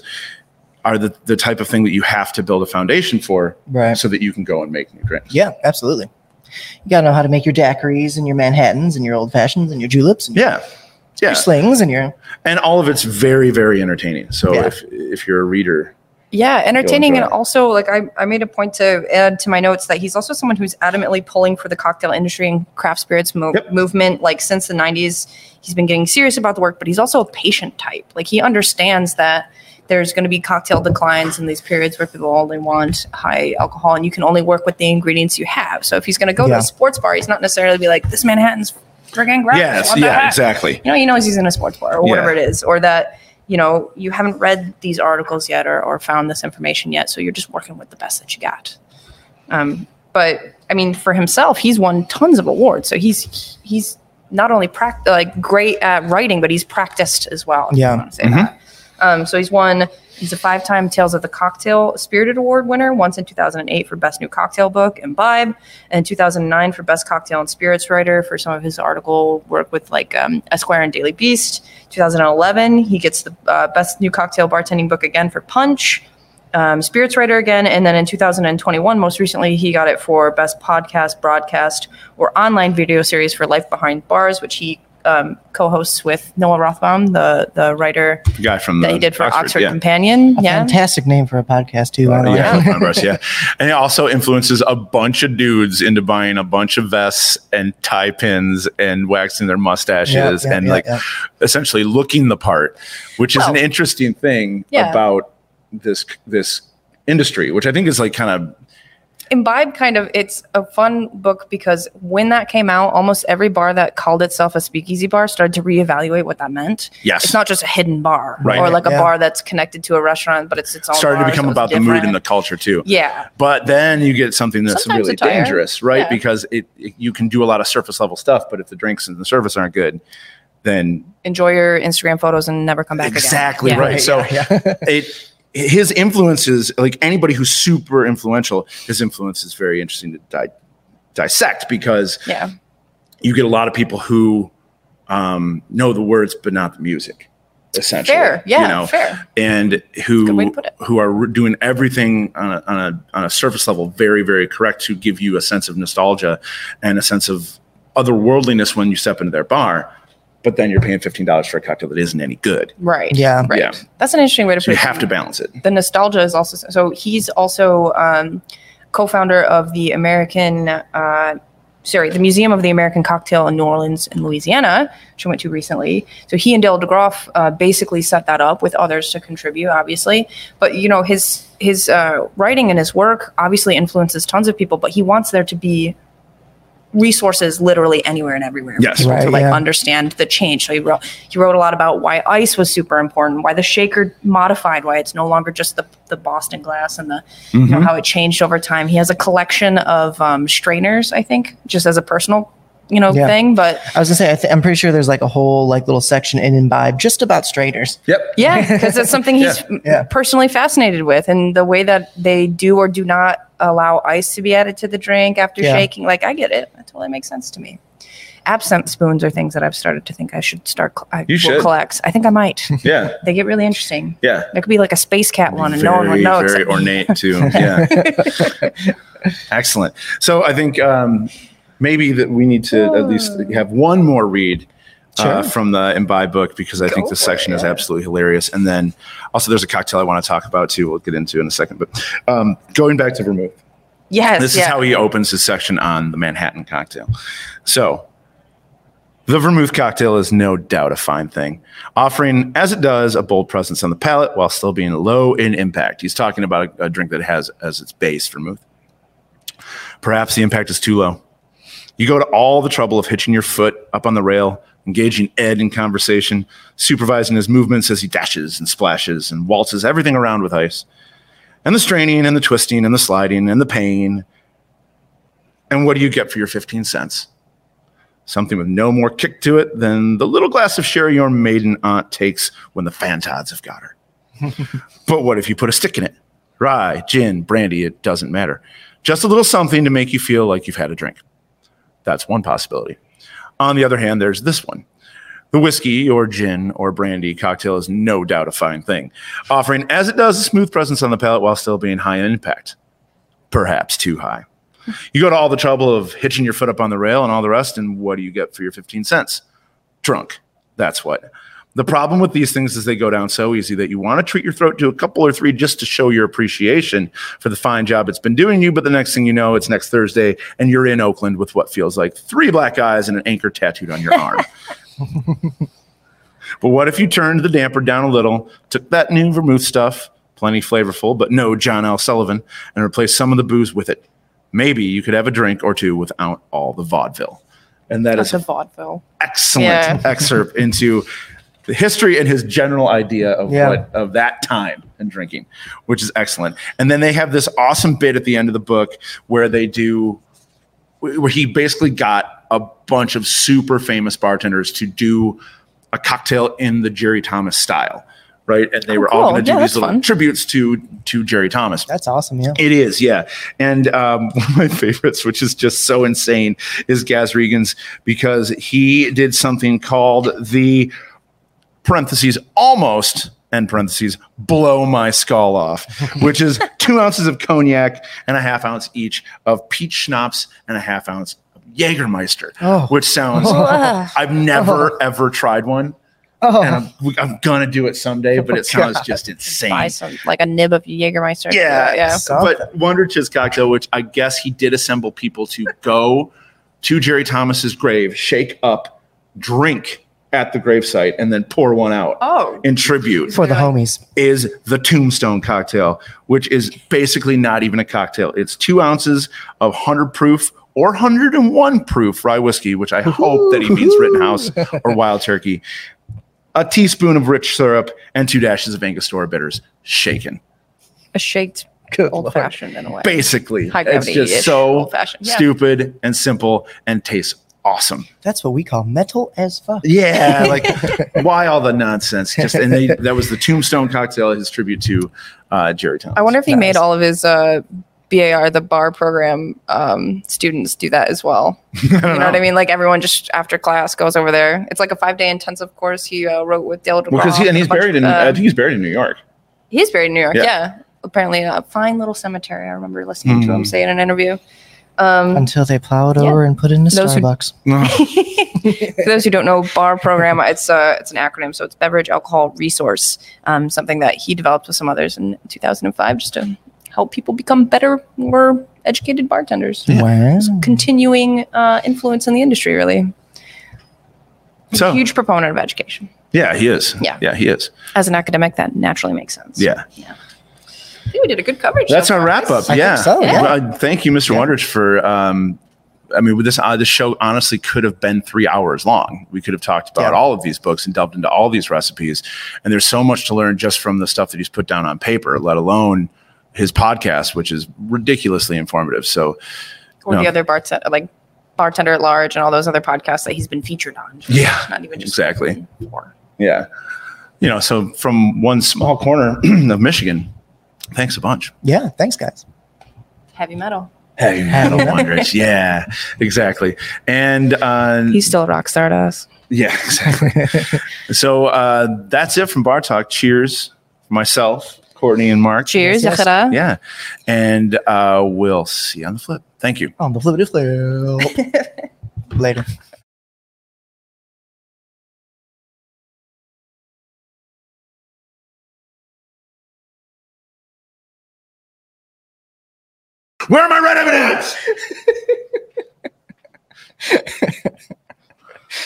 [SPEAKER 4] are the, the type of thing that you have to build a foundation for
[SPEAKER 3] Right.
[SPEAKER 4] so that you can go and make new drinks
[SPEAKER 3] Yeah, absolutely. You gotta know how to make your daiquiris and your Manhattans and your old fashions and your juleps and
[SPEAKER 4] yeah
[SPEAKER 3] your
[SPEAKER 4] yeah
[SPEAKER 3] slings and your
[SPEAKER 4] and all of it's very very entertaining so
[SPEAKER 3] Yeah.
[SPEAKER 4] if if you're a reader
[SPEAKER 2] Yeah, entertaining and
[SPEAKER 4] enjoy it.
[SPEAKER 2] also like I, I made a point to add to my notes that he's also someone who's adamantly pulling for the cocktail industry and craft spirits mo-
[SPEAKER 4] Yep.
[SPEAKER 2] movement. Like since the '90s, he's been getting serious about the work, but he's also a patient type. Like he understands that there's going to be cocktail declines in these periods where people only want high alcohol, and you can only work with the ingredients you have. So if he's going to go to
[SPEAKER 3] Yeah.
[SPEAKER 2] a sports bar, he's not necessarily be like this Manhattan's friggin' ground.
[SPEAKER 4] yes yeah exactly
[SPEAKER 2] you know, he knows he's in a sports bar or
[SPEAKER 4] Yeah.
[SPEAKER 2] whatever it is, or that, you know, you haven't read these articles yet or, or found this information yet. So you're just working with the best that you got. Um, but I mean, for himself, he's won tons of awards. So he's, he's not only prac- like great at writing, but he's practiced as well. if you
[SPEAKER 3] Yeah.
[SPEAKER 2] wanna Say that. Um, so he's won, he's a five time Tales of the Cocktail Spirited Award winner, once in 2008 for Best New Cocktail Book, Imbibe, and 2009 for Best Cocktail and Spirits Writer for some of his article work with like um, Esquire and Daily Beast. 2011, he gets the uh, Best New Cocktail Bartending Book again for Punch, um, Spirits Writer again, and then in 2021, most recently, he got it for Best Podcast, Broadcast, or Online Video Series for Life Behind Bars, which he um, co-hosts with Noah Rothbaum, the the writer
[SPEAKER 4] the guy from
[SPEAKER 2] that
[SPEAKER 4] the
[SPEAKER 2] he did for Oxford,
[SPEAKER 4] yeah.
[SPEAKER 2] Companion.
[SPEAKER 3] a
[SPEAKER 2] Yeah.
[SPEAKER 3] fantastic name for a podcast too. I don't know.
[SPEAKER 4] Uh, yeah, Front Breast, yeah. And it also influences a bunch of dudes into buying a bunch of vests and tie pins and waxing their mustaches
[SPEAKER 3] Yeah, yeah,
[SPEAKER 4] and
[SPEAKER 3] yeah,
[SPEAKER 4] like
[SPEAKER 3] yeah.
[SPEAKER 4] essentially looking the part, which is an
[SPEAKER 2] Well-
[SPEAKER 4] interesting thing
[SPEAKER 2] Yeah.
[SPEAKER 4] about this this industry, which I think is like kind of
[SPEAKER 2] Imbibe kind of it's a fun book because when that came out, almost every bar that called itself a speakeasy bar started to reevaluate what that meant.
[SPEAKER 4] Yes.
[SPEAKER 2] It's not just a hidden bar
[SPEAKER 4] Right.
[SPEAKER 2] or like a
[SPEAKER 3] Yeah.
[SPEAKER 2] bar that's connected to a restaurant, but it's its own
[SPEAKER 4] started to
[SPEAKER 2] bar,
[SPEAKER 4] become
[SPEAKER 2] so it's
[SPEAKER 4] about the mood and the
[SPEAKER 2] different.
[SPEAKER 4] culture too.
[SPEAKER 2] Yeah.
[SPEAKER 4] But then you get something that's
[SPEAKER 2] Sometimes
[SPEAKER 4] really
[SPEAKER 2] attire.
[SPEAKER 4] dangerous, right?
[SPEAKER 2] Yeah.
[SPEAKER 4] Because it, it you can do a lot of surface level stuff, but if the drinks and the service aren't good, then
[SPEAKER 2] Enjoy your Instagram photos and never come back
[SPEAKER 4] exactly
[SPEAKER 2] again. Yeah.
[SPEAKER 4] right. So it his influences, like anybody who's super influential, his influence is very interesting to di- dissect because
[SPEAKER 2] Yeah.
[SPEAKER 4] you get a lot of people who um, know the words but not the music. Essentially,
[SPEAKER 2] Fair. Yeah.
[SPEAKER 4] you know,
[SPEAKER 2] fair.
[SPEAKER 4] and
[SPEAKER 2] good way
[SPEAKER 4] who
[SPEAKER 2] to put it.
[SPEAKER 4] who are re- doing everything on a, on a on a surface level very very correct to give you a sense of nostalgia and a sense of otherworldliness when you step into their bar, but then you're paying fifteen dollars for a cocktail that isn't any good.
[SPEAKER 2] Right.
[SPEAKER 3] Yeah.
[SPEAKER 2] Right.
[SPEAKER 4] Yeah.
[SPEAKER 2] That's an interesting way to put
[SPEAKER 4] So you
[SPEAKER 2] it.
[SPEAKER 4] have to balance it.
[SPEAKER 2] the nostalgia is also so he's also um, co-founder of the american uh, sorry the museum of the american cocktail in new orleans in louisiana which i went to recently so he and dale degroff uh, basically set that up with others to contribute obviously but you know his his uh, writing and his work obviously influences tons of people but he wants there to be resources literally anywhere and everywhere
[SPEAKER 4] Yes.
[SPEAKER 2] people to
[SPEAKER 3] Right,
[SPEAKER 2] like
[SPEAKER 3] yeah.
[SPEAKER 2] understand the change. So he wrote he wrote a lot about why ice was super important, why the shaker modified, why it's no longer just the the Boston glass and the you
[SPEAKER 3] Mm-hmm.
[SPEAKER 2] know how it changed over time. He has a collection of um, strainers, I think, just as a personal you know,
[SPEAKER 3] Yeah.
[SPEAKER 2] thing. But
[SPEAKER 3] I was gonna say, I th- I'm pretty sure there's like a whole like little section in imbibe just about straighteners.
[SPEAKER 4] Yep.
[SPEAKER 2] yeah, because it's something he's
[SPEAKER 4] Yeah.
[SPEAKER 2] m-
[SPEAKER 3] Yeah.
[SPEAKER 2] personally fascinated with, and the way that they do or do not allow ice to be added to the drink after
[SPEAKER 3] Yeah.
[SPEAKER 2] shaking. Like, I get it. That totally makes sense to me. Absinthe spoons are things that I've started to think I should start. cl- I
[SPEAKER 4] You
[SPEAKER 2] will
[SPEAKER 4] should.
[SPEAKER 2] collect. I think I might.
[SPEAKER 4] Yeah.
[SPEAKER 2] they get really interesting.
[SPEAKER 4] Yeah.
[SPEAKER 2] There could be like a space cat one, and no one would know.
[SPEAKER 4] Very
[SPEAKER 2] except me.
[SPEAKER 4] ornate too. Yeah. Excellent. So I think um, maybe that we need to at least
[SPEAKER 2] Oh.
[SPEAKER 4] have one more read.
[SPEAKER 3] Sure.
[SPEAKER 4] Uh, from the imbibe book because I think
[SPEAKER 2] Go
[SPEAKER 4] this
[SPEAKER 2] for
[SPEAKER 4] section
[SPEAKER 2] it.
[SPEAKER 4] is absolutely hilarious. And then also there's a cocktail I want to talk about too. We'll get into in a second. But um, going back to vermouth,
[SPEAKER 2] Yes.
[SPEAKER 4] this
[SPEAKER 2] yeah.
[SPEAKER 4] is how he opens his section on the Manhattan cocktail. So, the vermouth cocktail is no doubt a fine thing, offering, as it does, a bold presence on the palate while still being low in impact. He's talking about a, a drink that has as its base vermouth. Perhaps the impact is too low. You go to all the trouble of hitching your foot up on the rail, engaging Ed in conversation, supervising his movements as he dashes and splashes and waltzes everything around with ice and the straining and the twisting and the sliding and the pain. And what do you get for your 15 cents? Something with no more kick to it than the little glass of sherry your maiden aunt takes when the fantods have got her. but what if you put a stick in it? Rye, gin, brandy, it doesn't matter. Just a little something to make you feel like you've had a drink. That's one possibility. On the other hand, there's this one. The whiskey or gin or brandy cocktail is no doubt a fine thing, offering as it does a smooth presence on the palate while still being high in impact. Perhaps too high. You go to all the trouble of hitching your foot up on the rail and all the rest, and what do you get for your 15 cents? Drunk. That's what. The problem with these things is they go down so easy that you want to treat your throat to a couple or three just to show your appreciation for the fine job it's been doing you. But the next thing you know, it's next Thursday, and you're in Oakland with what feels like three black eyes and an anchor tattooed on your arm. But what if you turned the damper down a little, took that new vermouth stuff, plenty flavorful, but no John L. Sullivan, and replaced some of the booze with it? Maybe you could have a drink or two without all the vaudeville. And that
[SPEAKER 2] That's
[SPEAKER 4] is
[SPEAKER 2] a
[SPEAKER 4] an
[SPEAKER 2] vaudeville.
[SPEAKER 4] excellent
[SPEAKER 2] Yeah.
[SPEAKER 4] excerpt into the history and his general idea of
[SPEAKER 3] Yeah.
[SPEAKER 4] what of that time and drinking, which is excellent. And then they have this awesome bit at the end of the book where they do where he basically got a bunch of super famous bartenders to do a cocktail in the Jerry Thomas style, right? And they
[SPEAKER 2] Oh,
[SPEAKER 4] were all
[SPEAKER 2] cool.
[SPEAKER 4] going to do
[SPEAKER 2] Yeah,
[SPEAKER 4] these
[SPEAKER 2] that's
[SPEAKER 4] little
[SPEAKER 2] fun.
[SPEAKER 4] tributes to to Jerry Thomas.
[SPEAKER 3] That's awesome. Yeah.
[SPEAKER 4] It is, yeah. And um, one of my favorites, which is just so insane, is Gaz Regan's because he did something called the parentheses almost end parentheses blow my skull off, which is two ounces of cognac and a half ounce each of peach schnapps and a half ounce of Jägermeister,
[SPEAKER 3] Oh.
[SPEAKER 4] which sounds.
[SPEAKER 2] Ugh.
[SPEAKER 4] I've never ever tried one, and
[SPEAKER 3] Oh.
[SPEAKER 4] I'm, I'm gonna do it someday, but it sounds just insane.
[SPEAKER 2] Buy some like a nib of Jägermeister.
[SPEAKER 4] Yeah,
[SPEAKER 2] yeah.
[SPEAKER 3] Something.
[SPEAKER 4] uh, But Wonder Chis cocktail, which I guess he did assemble people to go to Jerry Thomas's grave, shake up, drink at the gravesite, and then pour one out
[SPEAKER 2] Oh,
[SPEAKER 4] in tribute,
[SPEAKER 3] for the homies.
[SPEAKER 4] is the Tombstone cocktail, which is basically not even a cocktail. It's two ounces of hundred proof. Or 101 proof rye whiskey, which I hope that he means Rittenhouse or Wild Turkey, a teaspoon of rich syrup, and two dashes of Angostura bitters shaken.
[SPEAKER 2] a shaked
[SPEAKER 3] Good
[SPEAKER 2] old
[SPEAKER 3] lord.
[SPEAKER 2] fashioned in a way.
[SPEAKER 4] basically
[SPEAKER 2] High
[SPEAKER 4] it's
[SPEAKER 2] gravity
[SPEAKER 4] just
[SPEAKER 2] ish,
[SPEAKER 4] so
[SPEAKER 2] old fashioned. Yeah.
[SPEAKER 4] stupid and simple and tastes awesome
[SPEAKER 3] That's what we call metal as fuck.
[SPEAKER 4] yeah like why all the nonsense just and they, that was the tombstone cocktail his tribute to uh, jerry thomas
[SPEAKER 2] I wonder if he made
[SPEAKER 3] Nice.
[SPEAKER 2] all of his uh, BAR, the bar program um, students, do that as well.
[SPEAKER 4] I
[SPEAKER 2] You
[SPEAKER 4] don't
[SPEAKER 2] know, what I mean? Like everyone just after class goes over there. It's like a five day intensive course he uh, wrote with Dale DeGraw.
[SPEAKER 4] well, because he, and he's
[SPEAKER 2] a bunch
[SPEAKER 4] buried
[SPEAKER 2] of,
[SPEAKER 4] in
[SPEAKER 2] uh,
[SPEAKER 4] i think he's buried in new york
[SPEAKER 2] He's buried in New York.
[SPEAKER 4] Yeah.
[SPEAKER 2] Yeah. Apparently, in a fine little cemetery. I remember listening to him
[SPEAKER 4] Mhm.
[SPEAKER 2] say in an interview. Um,
[SPEAKER 3] Until they plow it
[SPEAKER 2] Yeah.
[SPEAKER 3] over and put it in a
[SPEAKER 2] Those who-
[SPEAKER 3] Starbucks.
[SPEAKER 2] for those who don't know, BAR program, it's uh, it's an acronym, so it's Beverage Alcohol Resource, um, something that he developed with some others in 2005 just to help people become better, more educated bartenders.
[SPEAKER 3] Wow.
[SPEAKER 2] Continuing uh, influence in the industry, really. He's a
[SPEAKER 4] So-
[SPEAKER 2] huge proponent of education.
[SPEAKER 4] yeah he is
[SPEAKER 2] Yeah.
[SPEAKER 4] yeah he is
[SPEAKER 2] As an academic, that naturally makes sense.
[SPEAKER 4] yeah
[SPEAKER 2] I think we did a good coverage.
[SPEAKER 4] that's
[SPEAKER 2] so
[SPEAKER 4] our
[SPEAKER 2] far.
[SPEAKER 4] wrap up
[SPEAKER 3] I think
[SPEAKER 4] yeah,
[SPEAKER 3] so, yeah.
[SPEAKER 4] Well, I- thank you mr wonders for um, I mean, with this uh, this show honestly could have been three hours long. We could have talked about
[SPEAKER 3] Yeah.
[SPEAKER 4] all of these books and delved into all these recipes. And there's so much to learn just from the stuff that he's put down on paper, let alone his podcast, which is ridiculously informative. So
[SPEAKER 2] Or
[SPEAKER 4] No.
[SPEAKER 2] the other bartender, uh, like Bartender at Large and all those other podcasts that he's been featured on.
[SPEAKER 1] Yeah,
[SPEAKER 2] Not even just
[SPEAKER 1] exactly.
[SPEAKER 2] Four.
[SPEAKER 1] Yeah. You know, so from one small corner of Michigan, thanks a bunch.
[SPEAKER 3] Yeah, thanks, guys.
[SPEAKER 2] Heavy metal.
[SPEAKER 1] Hey, Metal Wonders. Yeah, exactly. And uh,
[SPEAKER 2] He's still a rock star to us.
[SPEAKER 1] yeah, exactly. so uh, that's it from Bar Talk. Cheers for myself, Courtney, and Mark.
[SPEAKER 2] Cheers,
[SPEAKER 3] Yes, yes.
[SPEAKER 2] Yahara.
[SPEAKER 1] Yeah. And uh, we'll see you on the flip. Thank you.
[SPEAKER 3] On the flippity flip. Later.
[SPEAKER 1] Where are my red evidence?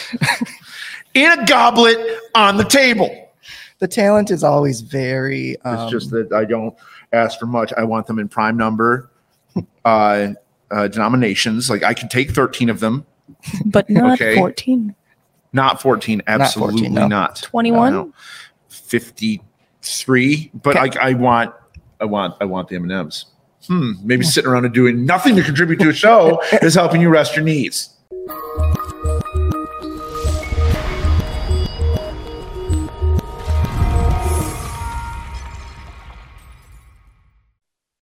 [SPEAKER 1] In a goblet on the table.
[SPEAKER 3] The talent is always very. Um,
[SPEAKER 1] it's just that I don't ask for much. I want them in prime number uh, uh, denominations. Like I can take 13 of them,
[SPEAKER 2] But not
[SPEAKER 1] Okay.
[SPEAKER 2] 14.
[SPEAKER 1] not 14. Absolutely
[SPEAKER 3] 14,
[SPEAKER 1] not.
[SPEAKER 3] no.
[SPEAKER 2] 21?
[SPEAKER 1] No, no. 53. But I, I want, I want, I want the M&Ms. Hmm. Maybe sitting around and doing nothing to contribute to a show is helping you rest your knees.